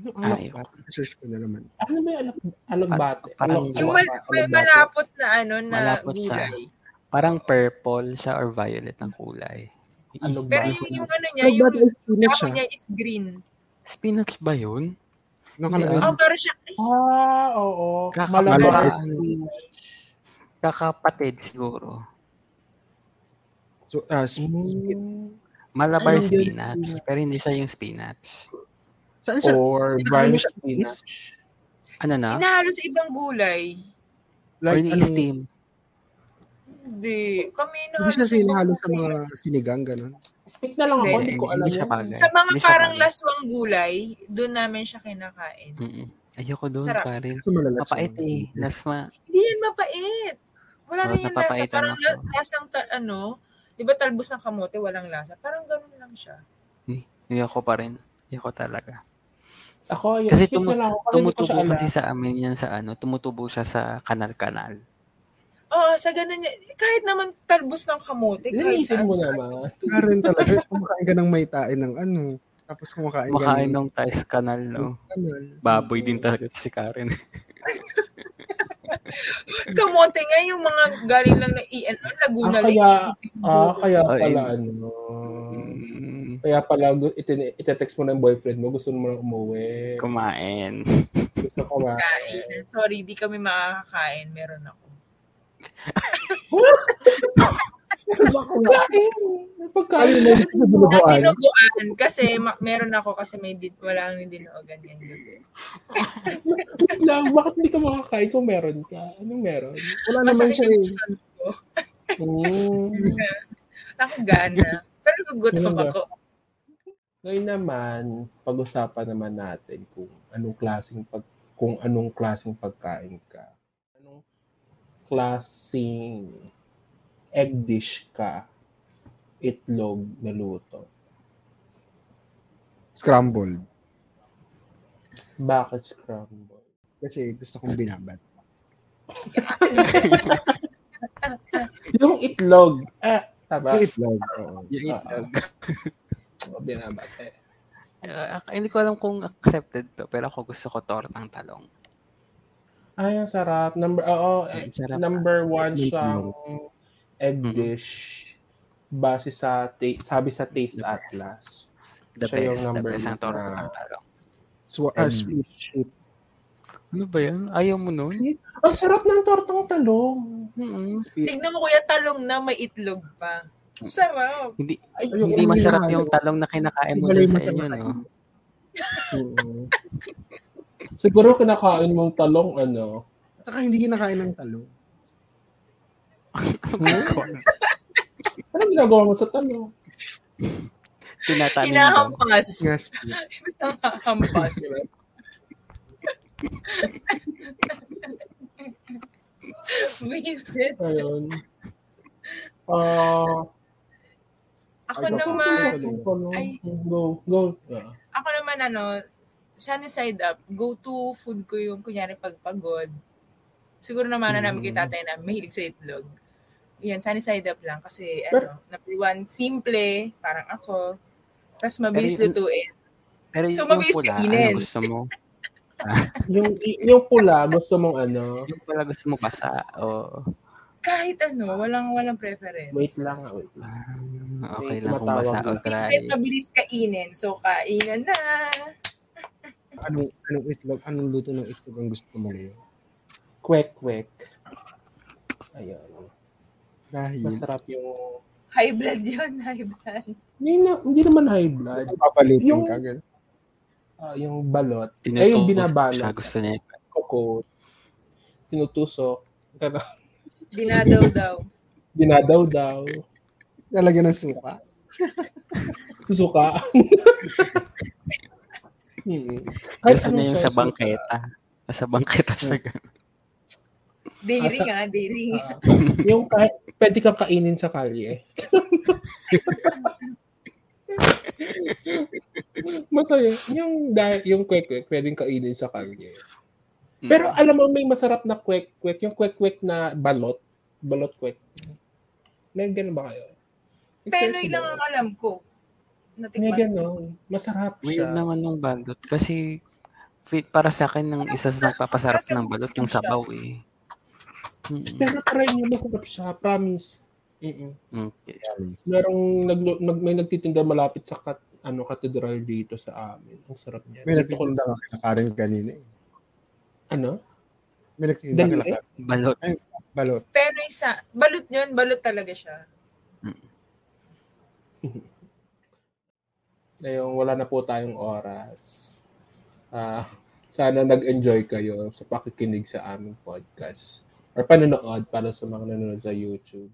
S2: Ano
S3: Ah,
S2: alak
S3: ayoko.
S2: ba? Search ko na naman.
S1: Ano ba yung alab- alagbate?
S3: Parang-
S1: Alab-
S5: Yung mal-
S1: alab-
S5: may
S1: alagbate.
S5: malapot na ano na
S3: Malapot siya.
S5: gulay.
S3: Parang purple siya or violet ng kulay.
S1: Alagbate.
S5: Pero yung, yung ano niya,
S2: Ano ba
S5: yung
S2: yung spinach
S5: dapo
S2: siya?
S5: niya is green.
S3: Spinach ba yun? Diba? Ano?
S2: Nakalagay.
S5: Oh, pero siya, ay,
S1: Ah, oo.
S3: Kakapal-
S1: Malapit.
S3: Kakapatid siguro.
S2: So, ah,
S3: Hmm.
S2: sp- sp-
S1: Mm.
S3: Malabar
S1: Anong
S3: spinach.
S1: ganun?
S3: Pero hindi siya yung spinach.
S2: saan
S3: Oh,
S2: siya?
S1: Or
S2: Ano
S1: brunch
S2: siya?
S1: spinach.
S3: Ano na?
S5: inahalo sa ibang gulay.
S3: Or
S2: Like, ano,
S3: ni-steam.
S5: Hindi. Kami na.
S2: hindi siya sinahalo sa mga sinigang, gano'n.
S1: Speak na lang ako,
S5: Hindi,
S1: hindi ko alam.
S3: hindi siya
S1: yun.
S3: bagay.
S5: Sa mga
S3: Hindi siya
S5: parang
S3: bagay.
S5: laswang gulay, doon namin siya kinakain.
S3: Mm-mm. Ayoko doon,
S5: Sarap.
S3: Karin.
S2: So, malalas.
S3: Mapait eh. Lasma.
S5: Hindi yan mapait. Wala
S3: Oh,
S5: rin yung lasa.
S3: napapaitan
S5: Parang
S3: ako.
S5: la- lasang, ta- ano, di ba talbos ng kamote, walang lasa. Parang ganun lang siya.
S3: Ayoko pa rin. Ayoko talaga.
S1: Ako, yun.
S3: Kasi
S1: speak
S3: tumu-
S1: na lang ako. Parang hindi ko siya
S3: Tumutubo
S1: alam.
S3: kasi sa amin yan sa ano. Tumutubo siya sa kanal-kanal.
S5: Oo, sa ganun niya. Kahit naman talbos ng kamote. Kahit
S1: Linisin
S5: saan,
S1: mo
S5: saan.
S1: naman.
S2: Karen talaga. Kumakain ka ng may tae ng ano. Tapos kumakain ka
S3: Kumakain ano.
S2: ng ano,
S3: nung tais kanal, no?
S2: kanal.
S3: Baboy din talaga si Karen.
S5: Kamote nga yung mga galing lang na i ano, Laguna.
S1: Ah, kaya-
S5: Lake.
S1: Ah, kaya
S3: Oh,
S1: pala,
S3: yun.
S1: ano.
S3: Mm,
S1: Kaya pala, gu- itin- itetext mo na yung boyfriend mo, gusto mo na umuwi.
S3: Kumain.
S1: Gusto ko ba?
S5: Kain. Sorry, di kami makakakain. Meron ako.
S1: Pagkain. Pagkain mo.
S2: Sa bulubuan.
S5: Dinuguan kasi ma- meron ako kasi may din wala akong dinuogan yan.
S1: Wait lang, bakit hindi ka makakain kung meron ka? Anong meron?
S2: Wala naman
S5: Masakit
S2: siya
S5: yung
S2: eh.
S5: puson ko.
S1: Mm.
S5: Ako gana. Pero gugutom
S1: Ganda.
S5: ako.
S1: Ngayon naman, pag-usapan naman natin kung anong klaseng pag kung anong klaseng pagkain ka. Anong klaseng egg dish ka? Itlog na luto.
S2: Scrambled.
S1: Bakit scramble?
S2: Kasi gusto kong binabat.
S1: Yung itlog. Eh, taba.
S2: Yung itlog. Oo.
S1: Oo.
S3: Yung itlog.
S1: Oo, binabate.
S3: Ah, hindi ko alam kung accepted to, pero ako gusto ko tortang talong.
S1: Ay, ang sarap. Number, oo, eh,
S3: Ang sarap.
S1: number one
S2: Egg
S1: siyang egg
S3: Mhm.
S1: dish base sa ta- sabi sa Taste
S3: The best.
S1: Atlas.
S3: The
S1: Siya yung
S3: best. The
S1: number
S3: best
S1: one
S3: ang
S1: na-
S3: tortang talong.
S2: Swa-
S1: Mm.
S2: ah, sweet, sweet.
S3: Ano ba yan? Ayaw mo nun?
S1: Ang sarap ng tortang talong.
S3: Mm-mm.
S2: Sweet.
S5: Tignan mo kuya talong na may itlog pa. Sarap.
S1: Ay,
S2: Ayun,
S3: Hindi
S2: yun
S3: masarap
S2: na.
S3: yung talong na kinakain mo
S2: Balay
S3: dun sa
S2: mo
S3: inyo,
S2: talaga.
S3: no?
S1: oo. Siguro kinakain mong talong, ano?
S2: Saka hindi kinakain ng talong.
S1: Ano ginagawa mo sa talong?
S3: Tinatanim daw.
S5: Hinahampas.
S2: Nga sweet.
S5: Hinahampas. Wisit.
S1: Ayun. Ah,
S5: Ako
S2: Ay, basta-
S5: naman,
S1: tortang talong.
S5: Ay.
S1: Go, go. Ah.
S5: ako naman ano, sunny side up, go-to food ko yung kunyari pagpagod. Siguro naman na namin kay tatay na mahilig sa itlog. Yan, sunny side up lang. Kasi, ano, number one, simple, parang ako. Tapos
S3: Pero
S5: mabilis
S3: yun-
S5: lutuin.
S3: Pero yung,
S5: So,
S3: yung
S5: mabilis
S3: pula,
S5: kainin.
S3: ano gusto mo?
S1: Yung, yung pula, gusto mong ano,
S3: Yung pula gusto mo pasa. Oo.
S5: Kahit ano, walang walang preference.
S1: wait lang, ah, wait lang.
S3: Ah,
S1: May
S3: okay lang kung
S1: tumatawag
S3: basa
S1: na.
S3: o eh, dry.
S5: Simple, mabilis kainin. So, kainan na.
S2: Anong, anong itlog? Anong luto ng itlog ang gusto mo ngayon?
S1: Kwek, kwek. Ayun.
S2: Dahil,
S1: Masarap yung...
S5: High blood yun, high blood.
S1: Hindi, na, hindi naman high blood.
S2: papalitin
S1: Yung-
S2: ka agad.
S1: Ah, yung balot.
S3: Tinutusok
S1: Ay, yung binabalot.
S3: siya. Gusto niya.
S1: Koko. Tinutusok.
S5: Dinadaw daw.
S1: Dinadaw daw.
S2: Nalagyan ng suka.
S1: Susuka. hmm. Kahit
S3: Gusto
S1: anong
S3: niya yung
S1: sauce
S3: sa
S1: mo.
S3: bangketa. Sa bangketa siya.
S5: Dairy nga, dairy.
S1: Ah, yung kahit, pwede kang kainin sa kalye. Masaya. Yung, da- yung kwek-kwek, pwedeng kainin sa kalye. Pero alam mo, may masarap na kwek-kwek. Yung kwek-kwek na balot. Balot kwek. May ganun ba kayo?
S5: Penoy lang ang alam ko.
S1: May
S5: Natikman.
S1: ganun. Masarap
S3: Weird
S1: siya.
S3: naman yung balot. Kasi fit para sa akin ng isa sa nagpapasarap
S5: Kasi
S3: ng balot yung
S5: siya.
S3: sabaw eh. Mm,
S1: Pero try niyo, masarap siya. Promise. Mm-mm.
S3: mm, okay.
S1: Merong naglo- nag, may nagtitinda malapit sa kat, ano, katedral dito sa amin. Ang sarap niya.
S2: May
S1: Dito ko-
S2: nagtitinda ka kila Karen kanina. eh.
S1: Ano?
S2: May nagtitinda ka
S1: Dali,
S2: kila
S3: eh?
S2: Karen.
S3: Balot.
S2: Balot.
S5: Penoy sa, balut yun, balut talaga siya.
S1: Ngayon, wala na po tayong oras. Ah, sana nag-enjoy kayo sa pakikinig sa aming podcast or panonood para sa mga nanonood sa YouTube.